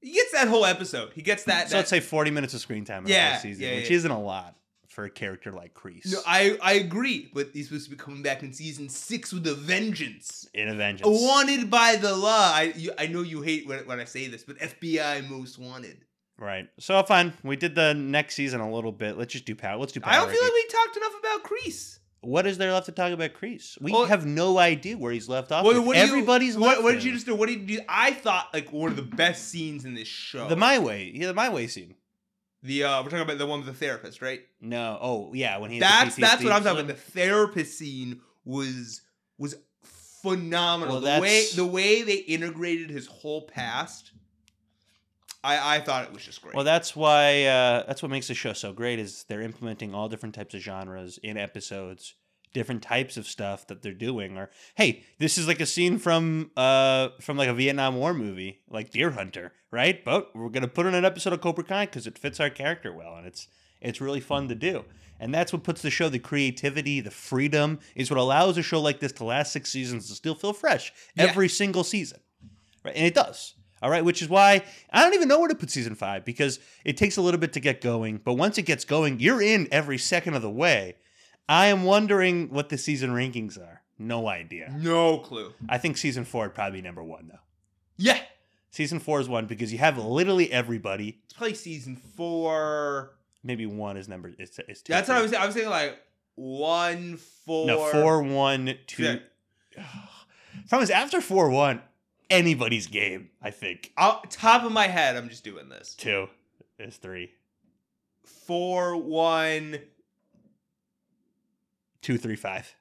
A: He gets that whole episode. He gets that.
B: so
A: that
B: let's say forty minutes of screen time in the
A: Yeah,
B: whole season,
A: yeah,
B: which
A: yeah.
B: isn't a lot for a character like Crease.
A: no, I I agree, but he's supposed to be coming back in season six with a vengeance.
B: in a vengeance.
A: Wanted by the law. I you, I know you hate when, when I say this, but FBI most wanted.
B: Right. So fine. We did the next season a little bit. Let's just do Pat. Let's do. Power
A: I don't feel
B: ranking.
A: like we talked enough about Crease.
B: What is there left to talk about Crease? We
A: Well-
B: have no idea where he's left off. with.
A: what do you-
B: Everybody's left
A: what, what did
B: him.
A: you just do? What did you? I thought like one of the best scenes in this show.
B: the my way. Yeah, the my way scene.
A: the uh, we're talking about the one with the therapist, right?
B: No. Oh, yeah. When he has the
A: That's
B: PTSD
A: that's what I'm talking
B: episode.
A: about. The therapist scene was was phenomenal.
B: Well, that's-
A: the way the way they integrated his whole past, I I thought it was just great.
B: Well, that's why uh, that's what makes the show so great is they're implementing all different types of genres in episodes, different types of stuff that they're doing. Or hey, this is like a scene from uh from like a Vietnam War movie, like Deer Hunter, right? But we're gonna put in an episode of Cobra Kai because it fits our character well, and it's it's really fun to do. And that's what puts the show the creativity, the freedom is what allows a show like this to last six seasons to still feel fresh
A: Yeah.
B: every single season. Right? And it does. All right, which is why I don't even know where to put season 5 because it takes a little bit to get going, but once it gets going, you're in every second of the way. I am wondering what the season rankings are. No idea.
A: no clue.
B: I think season 4 would probably be number 1 though.
A: Yeah,
B: Season 4 is 1 because you have literally everybody.
A: it's probably season four.
B: Maybe 1 is number it's, it's 2.
A: That's what I
B: three.
A: was. I was thinking like one four.
B: No, four one two. Problem is, after four one, anybody's game. I think
A: Out, top of my head, I'm just doing this.
B: two is three,
A: Four one.
B: two three five.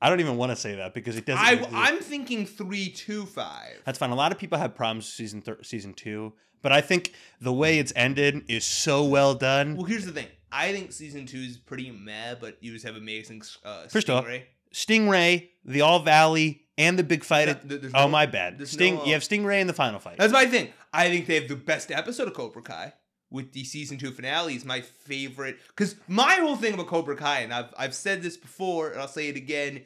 B: I don't even want to say that because it doesn't.
A: I I'm thinking three two five.
B: That's fine. A lot of people have problems with season thir- season two, but I think the way it's ended is so well done.
A: Well, here's the thing. I think season two is pretty meh, but you just have amazing. Uh,
B: First off,
A: Stingray.
B: Stingray, the All Valley, and the big fight. At,
A: Th- there's
B: oh
A: no-
B: my bad.
A: there's
B: Sting.
A: no, uh,
B: you have Stingray in the final fight.
A: That's my thing. I think they have the best episode of Cobra Kai with the season two finale is my favorite because my whole thing about Cobra Kai, and I've I've said this before, and I'll say it again.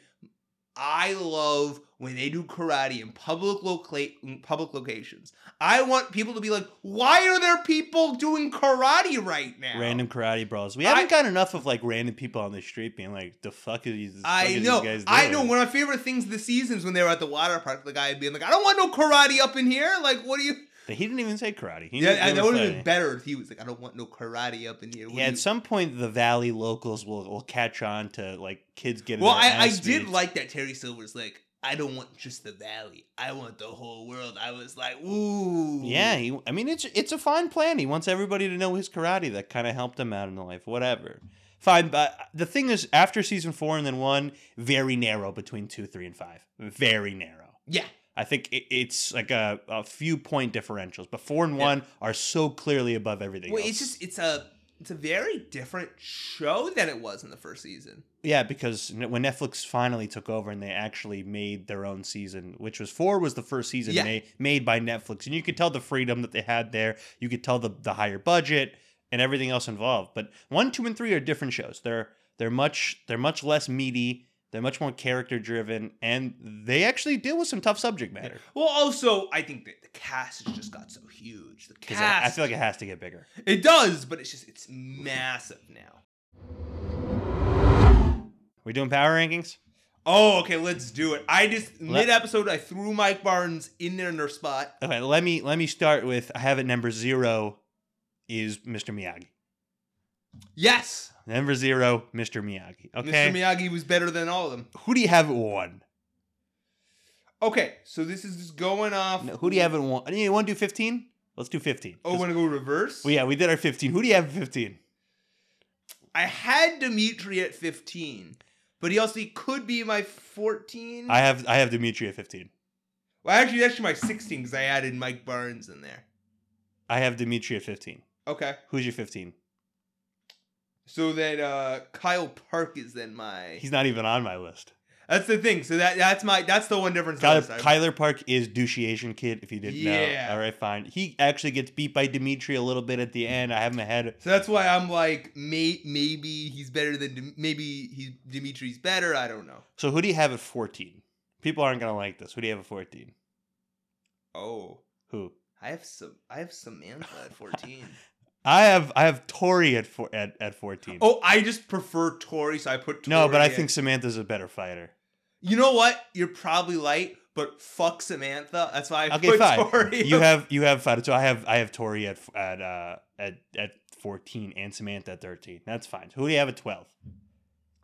A: I love when they do karate in public loca- in public locations. I want people to be like, "Why are there people doing karate right now?"
B: Random karate brawls. We
A: I-
B: haven't got enough of like random people on the street being like, "The fuck are these? the fuck
A: I
B: are these
A: know.
B: guys
A: I
B: doing?"
A: know. One of my favorite things this season is when they were at the water park. The guy being like, "I don't want no karate up in here." Like, what are you?
B: He didn't even say karate. He
A: Yeah,
B: didn't-
A: I
B: they
A: know
B: were
A: it would have
B: fighting.
A: been better if he was like, "I don't want no karate up in here." What
B: Yeah,
A: are
B: at
A: you-
B: some point the Valley locals will, will catch on to like kids getting.
A: Well,
B: their
A: I, I
B: ass
A: did
B: beat.
A: like that Terry Silver's like, I don't want just the valley. I want the whole world. I was like, ooh.
B: Yeah, he, I mean it's it's a fine plan. He wants everybody to know his karate. That kind of helped him out in life. Whatever. Fine, but the thing is, after season four and then one, very narrow between two, three, and five. Very narrow.
A: Yeah.
B: I think it, it's like a, a few point differentials, but four and
A: Yeah.
B: one are so clearly above everything.
A: Well,
B: else.
A: it's just it's a it's a very different show than it was in the first season.
B: Yeah, because ne- when Netflix finally took over and they actually made their own season, which was four was the first season
A: Yeah.
B: ma- made by Netflix, and you could tell the freedom that they had there. You could tell the the higher budget and everything else involved. But one, two, and three are different shows. They're they're much they're much less meaty. They're much more character driven, and they actually deal with some tough subject matter.
A: Well, also I think that the cast has just got so huge. The
B: 'Cause I-
A: cast,
B: I feel like it has to get bigger.
A: it does, but it's just it's massive now.
B: We're doing power rankings.
A: Oh, okay, let's do it. I just
B: Let-
A: mid episode I threw Mike Barnes in there in their spot.
B: Okay, let me let me start with I have it number zero is Mr. Miyagi.
A: Yes,
B: Number zero, Mr. Miyagi. Okay.
A: Mr. Miyagi was better than all of them.
B: Who do you have at one?
A: Okay, so this is just going off.
B: No, who do you have at one? You want to do 15? Let's do 15.
A: Oh, want to go reverse?
B: well, yeah, we did our 15. Who do you have at 15?
A: I had Dimitri at 15, but he also he could be my 14.
B: I have I have Dimitri at 15.
A: well, actually, that's actually my 16 because I added Mike Barnes in there.
B: I have Dimitri at 15.
A: Okay,
B: Who's your 15?
A: so that uh, Kyle Park is then my.
B: He's not even on my list.
A: That's the thing. So that that's my that's the one difference. on
B: Kyler,
A: this side.
B: Kyler Park is douchey Asian kid, if you didn't
A: Yeah.
B: know. All right, fine. He actually gets beat by Dimitri a little bit at the end. I have him ahead.
A: so that's why I'm like, may, maybe he's better than Dim- maybe he Dimitri's better. I don't know.
B: So who do you have at 14? People aren't going to like this. Who do you have at 14?
A: Oh,
B: Who?
A: I have some I have Samantha at 14.
B: I have I have Tori at four, at, at 14.
A: oh, I just prefer Tori, so I put. Tori
B: no, but I
A: at-
B: think Samantha's a better fighter.
A: You know what? You're probably right, but fuck Samantha. That's why I
B: Okay,
A: put
B: fine.
A: Tori.
B: you have you have Fada. So I have I have Tori at at uh, at at fourteen and Samantha at thirteen. That's fine. Who do you have at twelve?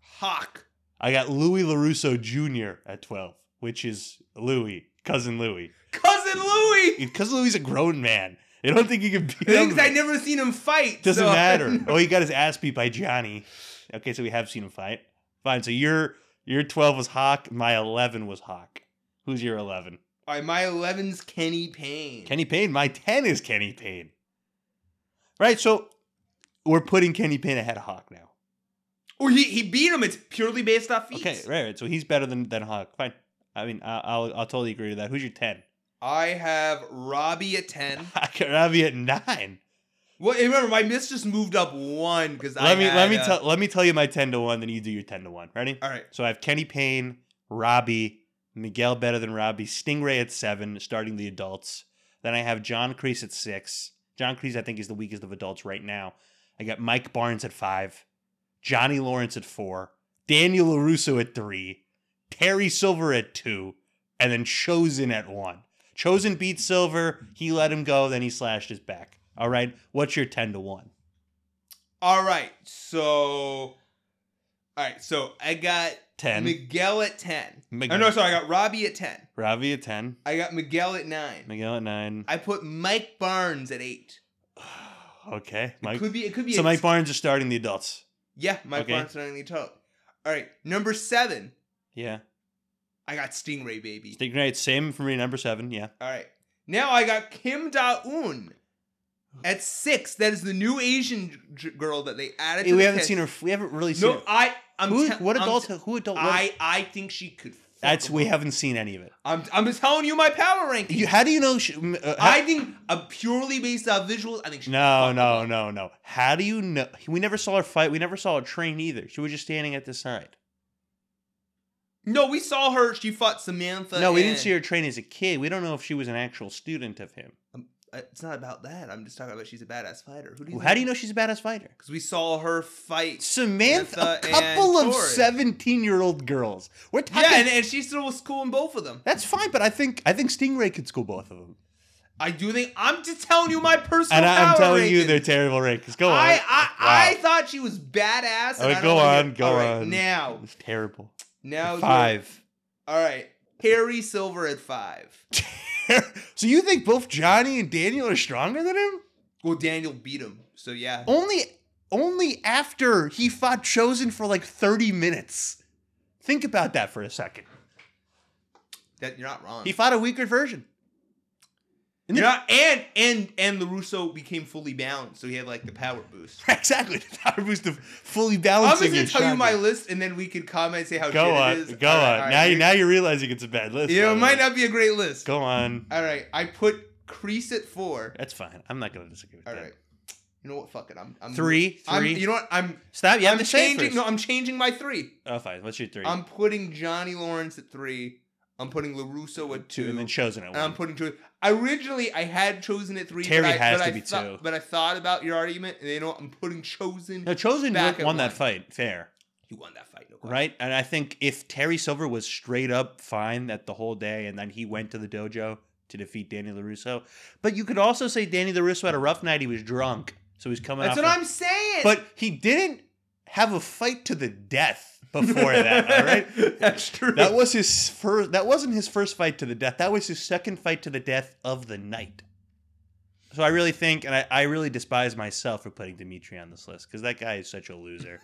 A: Hawk.
B: I got Louis Larusso Jr. at twelve, which is Louis, cousin Louis.
A: Cousin Louie.
B: Cousin Louis is a grown man. I don't think you can beat
A: The thing
B: him.
A: is, I never seen him fight.
B: Doesn't
A: so-
B: matter. Oh, he got his ass beat by Johnny. Okay, so we have seen him fight. Fine. So your your twelve was Hawk. My eleven was Hawk. Who's your eleven?
A: All right, my 11's Kenny Payne.
B: Kenny Payne. My 10 is Kenny Payne. Right, so we're putting Kenny Payne ahead of Hawk now.
A: Or Oh, he, he beat him. It's purely based off feats.
B: Okay, right, right. So he's better than, than Hawk. Fine. I mean, I, I'll, I'll totally agree to that. Who's your 10?
A: I have Robbie at 10.
B: I'll be at 9.
A: Well, and remember, my miss just moved up one because I.
B: Let me, let,
A: had,
B: me
A: uh,
B: tell let me tell you my 10 to 1, then you do your 10 to 1. Ready?
A: All right.
B: So I have Kenny Payne, Robbie, Miguel better than Robbie, Stingray at 7, starting the adults. Then I have John Kreese at 6. John Kreese, I think, is the weakest of adults right now. I got Mike Barnes at five, Johnny Lawrence at four, Daniel LaRusso at three, Terry Silver at two, and then Chosen at one. Chosen beat Silver. He let him go, then he slashed his back. All right. What's your 10 to 1?
A: All right. So. All right. So I got
B: 10.
A: Miguel at 10.
B: Mig-
A: Oh, no, sorry. I got Robbie at 10.
B: Ravi at 10.
A: I got Miguel at 9.
B: Miguel at 9.
A: I put Mike Barnes at eight.
B: okay.
A: it
B: Mike.
A: could be. It could be.
B: So
A: a-
B: Mike Barnes is starting the adults.
A: yeah, Mike
B: Okay.
A: Barnes running the top. All right, number seven.
B: Yeah.
A: I got Stingray baby.
B: Stingray, same for me, number seven. Yeah.
A: All right, now I got Kim Da Un. At six, that is the new Asian j- girl that they added. To
B: we
A: the
B: haven't
A: cast.
B: seen her. We haven't really seen.
A: No,
B: her.
A: I. I'm
B: Who,
A: te-
B: what
A: I'm
B: adult?
A: te-
B: who adult? what-
A: I I think she could. fuck
B: that's
A: him
B: we
A: up.
B: haven't seen any of it.
A: I'm I'm just telling you my power ranking.
B: You, how do you know? She, m- uh, how-
A: I think uh, purely based on visuals, I think she.
B: no,
A: could fuck
B: no,
A: him up.
B: no, no. How do you know? We never saw her fight. We never saw her train either. She was just standing at the side.
A: no. We saw her. She fought Samantha.
B: no, we didn't
A: and-
B: see her train as a kid. We don't know if she was an actual student of him.
A: Uh, It's not about that. I'm just talking about she's a badass fighter. Who do you?
B: How do you know she's a badass fighter?
A: Because we saw her fight.
B: Samantha, a
A: Samantha and
B: couple of
A: Tori.
B: seventeen-year-old girls. We're talking.
A: yeah, and, and she still was cool in both of them.
B: that's fine, but I think I think Stingray could school both of them.
A: I do think I'm just telling you my personal.
B: and I, am
A: power
B: telling you,
A: rankings.
B: they're terrible rankings. Go on.
A: I I, I
B: Wow.
A: thought she was badass. and
B: All right,
A: I don't
B: go
A: like
B: on,
A: it.
B: go
A: All right,
B: on.
A: Now,
B: It's terrible.
A: now is where-
B: Five.
A: All right, Harry Silver at five.
B: so you think both Johnny and Daniel are stronger than him?
A: Well, Daniel beat him, so yeah.
B: Only, only after he fought Chosen for like thirty minutes. Think about that for a second.
A: That you're not wrong.
B: He fought a weaker version. And
A: You're
B: then-
A: not, and and and Larusso became fully balanced, so he had like the power boost.
B: exactly. The power boost of fully
A: I'm just
B: balancing.
A: gonna
B: your
A: tell you my
B: stronger.
A: list, and then we could comment and say how
B: Go
A: shit
B: on,
A: it is.
B: go
A: All right,
B: on.
A: all right,
B: now, you
A: we-
B: now you're realizing it's a bad list.
A: you
B: by the
A: know, it
B: way.
A: might not be a great list.
B: Go on.
A: All right, I put Crease at four.
B: That's fine. I'm not going to disagree with
A: All
B: that.
A: right, you know what? Fuck it. I'm, I'm
B: Three,
A: I'm,
B: three.
A: you know what? I'm
B: Stop. You have
A: I'm
B: to say it
A: changing.
B: first.
A: No, I'm changing my three.
B: Oh, fine. What's your 3
A: I'm putting Johnny Lawrence at three. I'm putting Larusso at two,
B: two, and then Chosen at
A: and I'm
B: one.
A: putting Chosen. Originally, I had Chosen at three.
B: Terry
A: but I,
B: has
A: but
B: to
A: I
B: be
A: thought-
B: two.
A: But I thought about your argument, and you know what? I'm putting Chosen.
B: No, Chosen
A: back
B: won,
A: at
B: won that
A: one.
B: fight fair,
A: He won that fight, no question.
B: right? And I think if Terry Silver was straight up fine that the whole day, and then he went to the dojo to defeat Danny Larusso, but you could also say Danny Larusso had a rough night. He was drunk, so he's coming.
A: That's
B: off
A: what
B: a-
A: I'm saying.
B: But he didn't have a fight to the death before that. All right.
A: that's true.
B: That was his first. That wasn't his first fight to the death. That was his second fight to the death of the night. So I really think, and I, I really despise myself for putting Dimitri on this list because that guy is such a loser.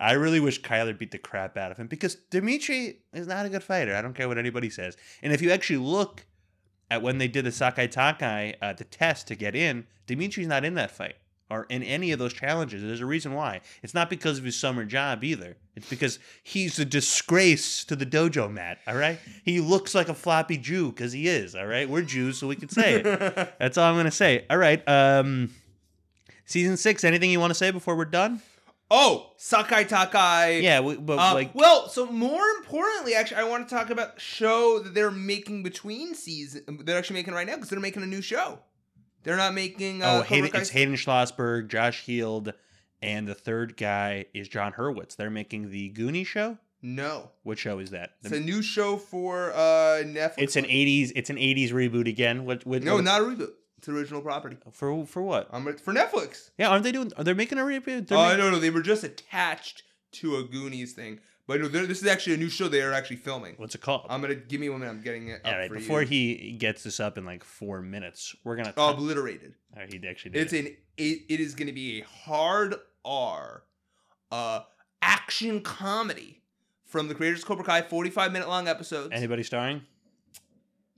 B: I really wish Kyler beat the crap out of him because Dimitri is not a good fighter. I don't care what anybody says. And if you actually look at when they did the Sakai Takai, uh, the test to get in, Dimitri's not in that fight or in any of those challenges. There's a reason why. It's not because of his summer job either. It's because he's a disgrace to the dojo mat, all right? He looks like a floppy Jew because he is, all right? We're Jews, so we can say it. That's all I'm going to say. All right. Um, season six, anything you want to say before we're done?
A: oh, Sakai Takai.
B: Yeah, we, but
A: Uh,
B: like.
A: well, so more importantly, actually, I want to talk about the show that they're making between season. They're actually making right now because they're making a new show. They're not making. Uh,
B: Oh, Hayden,
A: Cobra Kai-
B: it's Hayden Schlossberg, Josh Heald, and the third guy is John Hurwitz. They're making the Goonie show.
A: No,
B: What show is that?
A: it's a new show for uh Netflix.
B: It's an '80s. It's an '80s reboot again. What? what
A: No,
B: what-
A: not a reboot. It's original property.
B: for for what?
A: Um, it's for Netflix.
B: Yeah, aren't they doing? Are they making a reboot? They're
A: Oh
B: making-
A: no, no, they were just attached to a Goonies thing, but no, they're- this is actually a new show they are actually filming.
B: What's it called?
A: I'm gonna give me one minute. I'm getting it. Up
B: All right,
A: for
B: before
A: you.
B: he gets this up in like four minutes, we're gonna.
A: Oh,
B: talk-
A: obliterated.
B: All right, he actually did.
A: It's
B: it.
A: an it, it is going to be a hard R, uh, action comedy from the creators of Cobra Kai, forty five minute long episodes.
B: Anybody starring?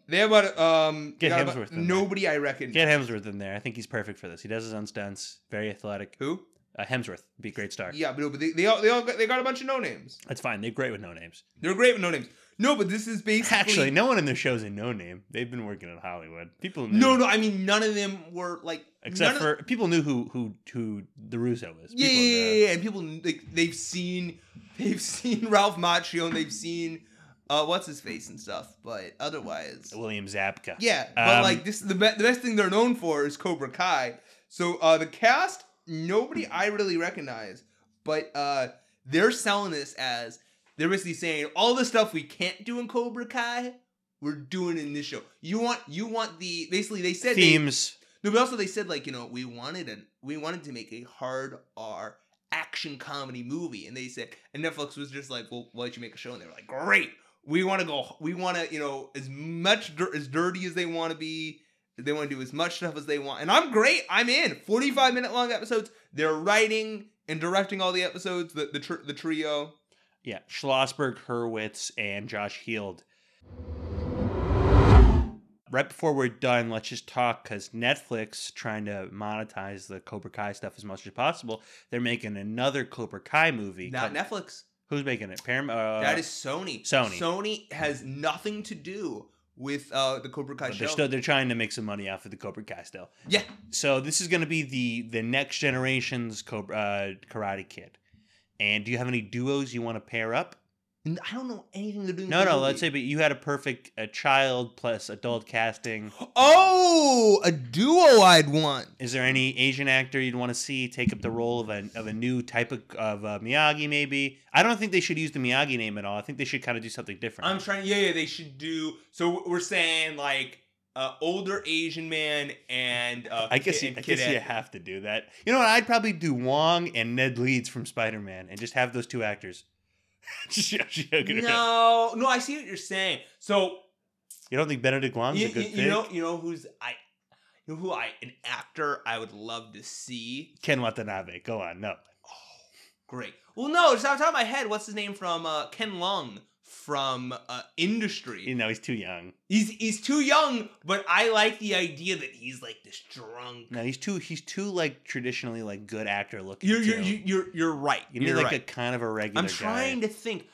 A: they have about um
B: Get
A: got about
B: Hemsworth in there.
A: nobody I reckon.
B: Get Hemsworth in there. I think he's perfect for this. He does his own stunts. Very athletic.
A: Who?
B: Uh, Hemsworth would be a great star.
A: Yeah, but, no, but they, they all they all got, they got a bunch of no names.
B: That's fine. They're great with no names.
A: They're great with no names. No, but this is basically
B: Actually, no one in the show's a no name. They've been working in Hollywood. People knew,
A: no no. I mean, none of them were like
B: except
A: none
B: for people knew who who who the Russo is.
A: Of, yeah,
B: People
A: yeah,
B: know.
A: yeah, yeah, and people like they've seen they've seen Ralph Macchio and they've seen uh what's his face and stuff, but otherwise
B: William Zabka.
A: Yeah, but
B: Um,
A: like this, the be- the best thing they're known for is Cobra Kai. So uh, the cast, nobody I really recognize, but uh, they're selling this as they're basically saying all the stuff we can't do in Cobra Kai, we're doing in this show. You want you want the basically they said they-
B: themes.
A: no, but also they said like you know we wanted an we wanted to make a hard R action comedy movie, and they said and Netflix was just like, well, why don't you make a show? And they were like, great, we want to go, we want to you know as much dir- as dirty as they want to be, they want to do as much stuff as they want, and I'm great, I'm in. Forty five minute long episodes. They're writing and directing all the episodes. The the, tr- the trio.
B: Yeah, Schlossberg, Hurwitz, and Josh Heald. right before we're done, let's just talk because Netflix trying to monetize the Cobra Kai stuff as much as possible. They're making another Cobra Kai movie.
A: Not
B: Cut-
A: Netflix.
B: Who's making it? Paramount. Uh,
A: that is Sony.
B: Sony.
A: Sony has nothing to do with uh, the Cobra Kai
B: but
A: show.
B: they're still they're trying to make some money off of the Cobra Kai still.
A: yeah,
B: So this is going to be the the next generation's Cobra uh, Karate Kid. And do you have any duos you want to pair up?
A: And I don't know anything they're doing.
B: No,
A: for the
B: no.
A: movie.
B: Let's say, but you had a perfect a child plus adult casting.
A: Oh, a duo I'd want.
B: Is there any Asian actor you'd want to see take up the role of a, of a new type of, of uh, Miyagi, maybe? I don't think they should use the Miyagi name at all. I think they should kind of do something different.
A: I'm trying. Yeah, yeah. They should do. So we're saying like uh, older Asian man and uh,
B: I guess,
A: kid,
B: you,
A: and
B: I
A: kid
B: guess you
A: actor.
B: have to do that. You know what? I'd probably do Wong and Ned Leeds from Spider Man and just have those two actors. Just joking around.
A: No, no. I see what you're saying. So
B: You don't think Benedict Wong's
A: you,
B: a good
A: you-
B: pick?
A: you know, you know who's I. You know who I an actor I would love to see.
B: Ken Watanabe. Go on. No.
A: Great. Well, no, it's out of my head. What's his name from uh, Ken Lung from uh, Industry?
B: You know, he's too young.
A: He's he's too young, but I like the idea that he's like this drunk.
B: No, he's too, he's too, like, traditionally, like, good actor looking.
A: You're you're
B: too.
A: you- you're you're right.
B: You need,
A: You're
B: like,
A: right.
B: a kind of a regular
A: I'm
B: guy.
A: trying to think.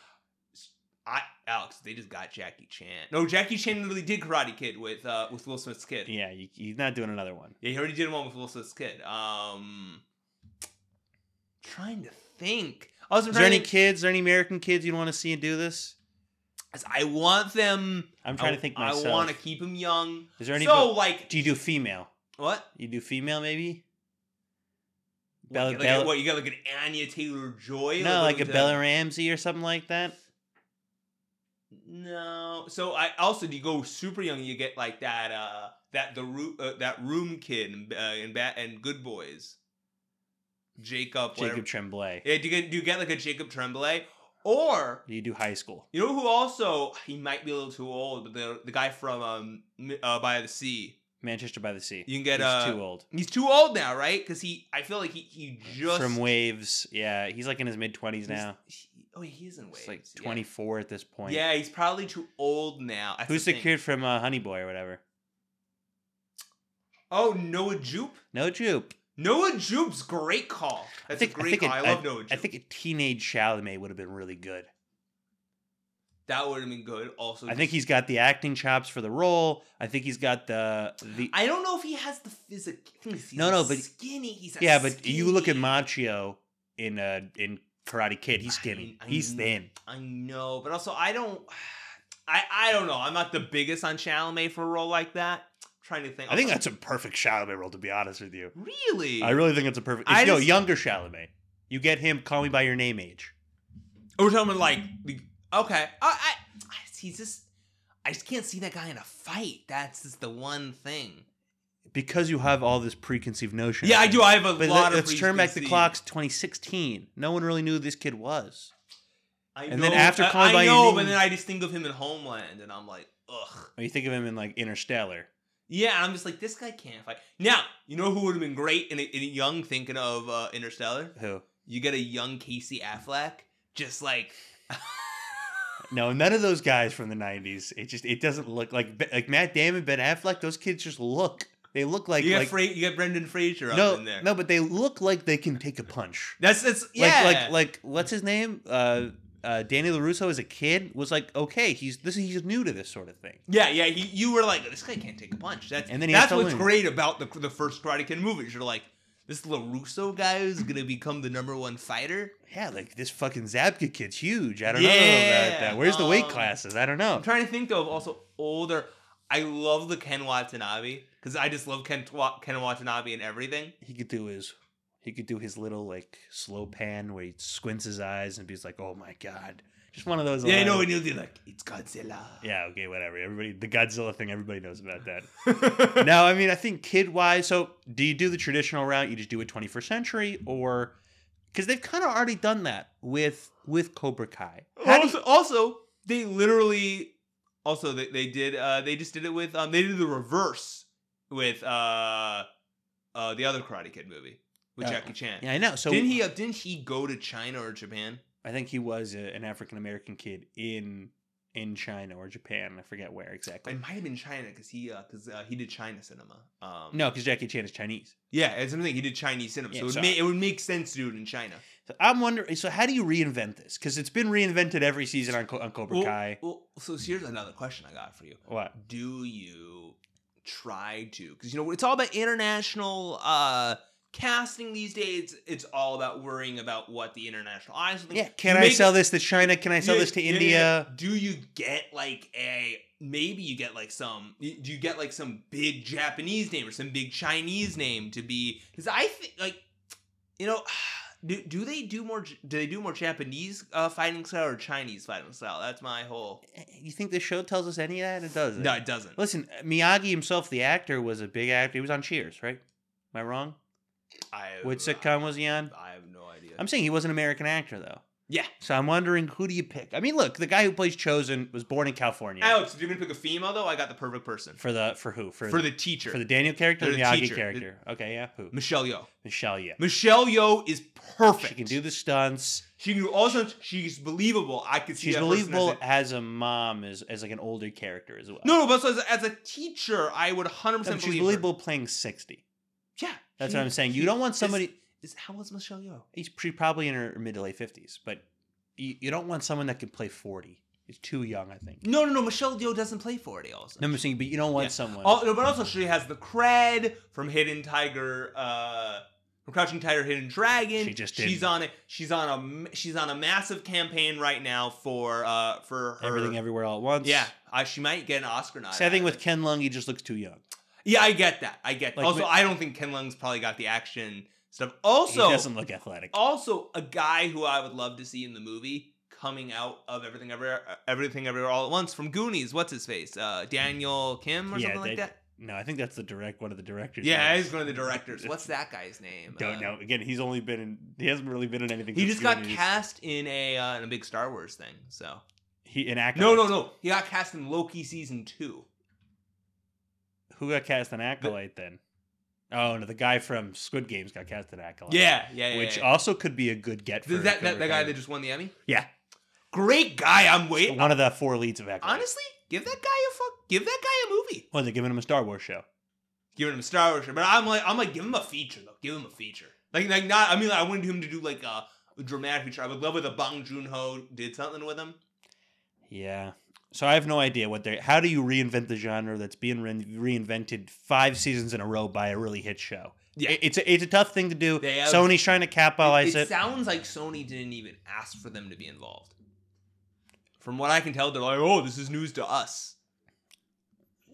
A: I Alex, they just got Jackie Chan. No, Jackie Chan literally did Karate Kid with uh with Will Smith's kid. Yeah,
B: Yeah, you, you're not doing another one.
A: he already did one with Will Smith's kid. Um, trying to think. Also,
B: Is there any
A: trying to-
B: kids? Are any American kids you'd want to see and do this?
A: I want them.
B: I'm trying to think
A: I,
B: myself.
A: I want to keep them young.
B: Is there any?
A: so like
B: do you do female?
A: what?
B: You do female maybe?
A: Bella,
B: Bella,
A: like,
B: Bella,
A: what you got like an Anya Taylor Joy?
B: no, like a
A: uh,
B: Bella Ramsey or something like that.
A: No. So I also do you go super young, you get like that uh that the room uh, that room kid in, uh, in bat and Good Boys, Jacob. Whatever.
B: Jacob Tremblay.
A: Yeah, do you get do you get like a Jacob Tremblay or
B: Do you do high school?
A: you know who also he might be a little too old, but the the guy from um M- uh, by the sea.
B: Manchester by the Sea.
A: You can get
B: He's
A: uh
B: too old.
A: he's too old now, right? Because he I feel like he he just
B: From Waves. Yeah, he's like in his mid 20s
A: he's-
B: now.
A: he- oh, he is in waves.
B: He's like
A: yeah.
B: 24 at this point.
A: Yeah, he's probably too old now. That's
B: Who's
A: the
B: the
A: thing.
B: kid from uh, Honey Boy or whatever?
A: Oh, Noah Jupe.
B: No Jupe.
A: Noah Jupe's great call. That's
B: think-
A: a
B: I
A: great
B: think
A: call.
B: it-
A: I love Noah Jupe.
B: I think a teenage Chalamet would have been really good.
A: that would have been good. Also,
B: I think
A: just-
B: he's got the acting chops for the role. I think he's got the the
A: I don't know if he has the physic. I think He's
B: No, no, but-
A: skinny. He's a
B: yeah. But you look at
A: skinny-
B: Machio in uh in Karate Kid. He's
A: I-
B: skinny.
A: I
B: he's
A: kn-
B: thin.
A: I know, but also I don't. I I don't know. I'm not the biggest on Chalamet for a role like that. I'm trying to think.
B: I think that's a perfect Chalamet role. To be honest with you,
A: really.
B: I really think it's a perfect.
A: I
B: It's, no,
A: just-
B: younger Chalamet. You get him. Call me by your name. Age.
A: We're talking about like the okay. I, I he's just I just can't see that guy in a fight. That's just the one thing.
B: Because you have all this preconceived notion.
A: Yeah, I do. I have a
B: But let,
A: lot of.
B: let's turn back the
A: preconceived-
B: clocks. 2016. No one really knew who this kid was.
A: I
B: And then after
A: I-
B: Call
A: I
B: By Your
A: know,
B: Name-
A: but then I just think of him in Homeland, and I'm like, ugh.
B: Or you think of him in like Interstellar.
A: Yeah, and I'm just like, this guy can't fight. Now, you know who would have been great in a, in a young thinking of uh, Interstellar?
B: Who?
A: You get a young Casey Affleck, just like
B: No, none of those guys from the '90s. It just it doesn't look like like Matt Damon, Ben Affleck. Those kids just look. They look like
A: you get
B: like
A: Fra- you get Brendan Fraser up
B: no
A: in there.
B: no, but they look like they can take a punch.
A: that's that's yeah.
B: Like like like what's his name? Uh, uh, Danny Larusso as a kid was like okay, he's this he's new to this sort of thing.
A: yeah, yeah. He, you were like, this guy can't take a punch. That's
B: And
A: and
B: then
A: then
B: he has
A: that's
B: to
A: what's
B: learn.
A: great about the the first Karate Kid movies. You're like, this Larusso guy is gonna become the number one fighter.
B: Yeah, like this fucking Zabka kid's huge. I don't know about
A: Yeah,
B: that. Where's the weight
A: um,
B: classes? I don't know.
A: I'm trying to think though of also older. I love the Ken Watanabe because I just love Ken Twa- Ken Watanabe and everything.
B: He could do his he could do his little like slow pan where he squints his eyes and be like, oh my god, just one of those.
A: Yeah, I know
B: lines.
A: when you do like it's Godzilla.
B: Yeah, okay, whatever. Everybody, the Godzilla thing, everybody knows about that.
A: Yeah.
B: no, I mean, I think kid wise, so do you do the traditional route? You just do it 21st century, or because they've kind of already done that with with Cobra Kai. How do you-
A: also, also, they literally also they, they did uh they just did it with um they did the reverse with uh uh the other Karate Kid movie with
B: Uh,
A: Jackie Chan.
B: yeah, I know. So
A: didn't he uh, didn't he go to China or Japan?
B: I think he was a, an African American kid in in China or Japan. I forget where exactly.
A: It might have been China because he because uh, he did China cinema. Um,
B: No, because Jackie Chan is Chinese.
A: yeah, it's something he did Chinese cinema,
B: Yeah,
A: so it,
B: so-
A: ma- it would make sense to do it in China.
B: So I'm wondering. So how do you reinvent this? Because it's been reinvented every season on, Co- on Cobra
A: Well,
B: Kai.
A: well, so here's another question I got for you:
B: What?
A: Do you try to? Because you know it's all about international uh casting these days. It's all about worrying about what the international audience. will think.
B: Yeah. Can
A: You
B: I
A: make-
B: sell this to China? Can I sell
A: Yeah,
B: this to
A: yeah, yeah,
B: India?
A: yeah. Do you get like a maybe you get like some do you get like some big Japanese name or some big Chinese name to be cuz I think like you know do, do they do more J- do they do more Japanese uh, fighting style or Chinese fighting style? That's my whole
B: Eh, You think this show tells us any of that? It doesn't.
A: No, it doesn't.
B: Listen, Miyagi himself, the actor, was a big actor. He was on Cheers, right? Am I wrong?
A: I
B: What sitcom was he on?
A: I have no idea.
B: I'm saying he was an American actor, though.
A: yeah.
B: So I'm wondering, who do you pick? I mean, look, the guy who plays Chosen was born in California.
A: Alex, if you're going to pick a female though, I got the perfect person. Oh. For,
B: For the for who? For,
A: the teacher.
B: for the Daniel character, or
A: For
B: the
A: the
B: Miyagi
A: teacher.
B: character. Okay, yeah. Who?
A: Michelle Yeoh.
B: Michelle. Yeah.
A: Michelle Yeoh is perfect.
B: She can do the stunts.
A: She can do all sorts. She's believable. I could see
B: She's
A: that person as
B: believable
A: a-
B: as a mom, as, as like an older character as well.
A: No, no, but as, as a teacher, I would 100%
B: I mean,
A: believe
B: she's
A: her.
B: believable playing sixty.
A: Yeah.
B: That's
A: she-
B: what I'm saying. You
A: she
B: don't want
A: is-
B: somebody.
A: Is, how old's Michelle Yeoh?
B: He's pre- probably in her mid to late fifties, but you, you don't want someone that could play forty. It's too young, I think.
A: No, no, no. Michelle Yeoh doesn't play 40 also.
B: No, I'm saying, but you don't want
A: Mm. Yeah.
B: someone.
A: Al- Oh, no, but also she has the cred from Hidden Tiger, uh, from Crouching Tiger, Hidden Dragon.
B: She just
A: She's
B: didn't.
A: on it. She's on a. m- She's on a massive campaign right now for uh for her.
B: everything, everywhere, all at once.
A: yeah, I, she might get an Oscar nod.
B: See, I think
A: out of
B: with
A: it.
B: Ken Lung, he just looks too young.
A: yeah, I get that. I get.
B: Like,
A: also,
B: with-
A: I don't think Ken Lung's probably got the action stuff. Also,
B: he doesn't look athletic.
A: also a guy who I would love to see in the movie coming out of everything everywhere uh, everything everywhere all at once from Goonies. What's his face? Uh, Daniel Kim or
B: Yeah,
A: something like
B: they-
A: that.
B: no, I think that's the direct one of the directors.
A: Yeah,
B: names.
A: he's one of the directors. What's that guy's name?
B: Don't
A: Uh,
B: know. Again, he's only been in. He hasn't really been in anything.
A: He
B: since
A: just got
B: Goonies.
A: cast in a uh, in a big Star Wars thing. So
B: He in Acolyte.
A: no, no, no. He got cast in Loki season two.
B: Who got cast in Acolyte then? Oh no, the guy from Squid Games got cast in Acolyte.
A: Yeah, yeah, yeah.
B: Oh, which
A: yeah.
B: also could be a good get for
A: Is that that,
B: Cobra
A: that guy
B: Kai.
A: that just won the Emmy.
B: Yeah.
A: great guy. I'm waiting.
B: one of the four leads of Acolyte.
A: Honestly, give that guy a fuck. Give that guy a movie.
B: Well, they're giving him a Star Wars show.
A: giving him a Star Wars, but I'm like, I'm like, give him a feature though, give him a feature. Like, like not, I mean, like, I wanted him to do like a, dramatic feature. I would love it if Bong Joon Ho did something with him.
B: Yeah. So I have no idea what they. are How do you reinvent the genre that's being re- reinvented five seasons in a row by a really hit show?
A: Yeah.
B: It- it's a, it's a tough thing to do.
A: They have-
B: Sony's trying to capitalize
A: it,
B: it.
A: sounds like Sony didn't even ask for them to be involved. From what I can tell, they're like, oh, this is news to us.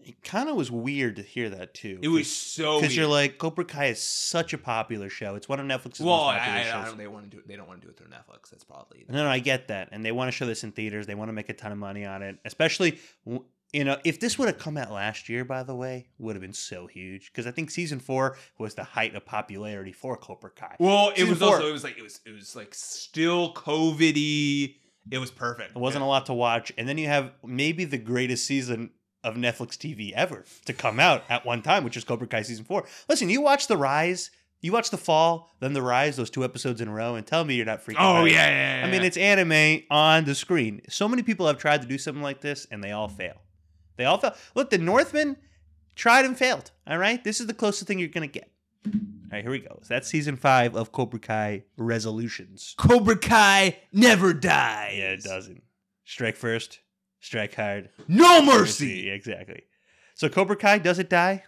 B: It kind of was weird to hear that too.
A: It was so
B: because
A: weird.
B: you're like Cobra Kai is such a popular show. It's one of Netflix's
A: well,
B: most
A: I,
B: popular
A: I, I
B: shows.
A: don't. They want to do it. They don't want to do it through Netflix. That's probably.
B: No, no, I get that, and they want to show this in theaters. They want to make a ton of money on it, especially w- you know if this would have come out last year, by the way, would have been so huge because I think season four was the height of popularity for Cobra Kai.
A: Well, it
B: Season
A: was
B: four.
A: also. It was like it was. It was like still COVID-y. It was perfect.
B: It wasn't a lot to watch, and then you have maybe the greatest season of Netflix TV ever to come out at one time, which is Cobra Kai season four. Listen, you watch the rise, you watch the fall, then the rise, those two episodes in a row, and tell me you're not freaking.
A: Oh
B: out.
A: yeah, yeah, yeah,
B: I mean,
A: yeah.
B: it's anime on the screen. So many people have tried to do something like this, and they all fail. They all fail. Look, the Northmen tried and failed. All right, this is the closest thing you're gonna get. All right, here we go. So that's season five of Cobra Kai resolutions.
A: Cobra Kai never dies.
B: Yeah, it doesn't. Strike first, strike hard.
A: No
B: Yeah, exactly. So Cobra Kai does it die?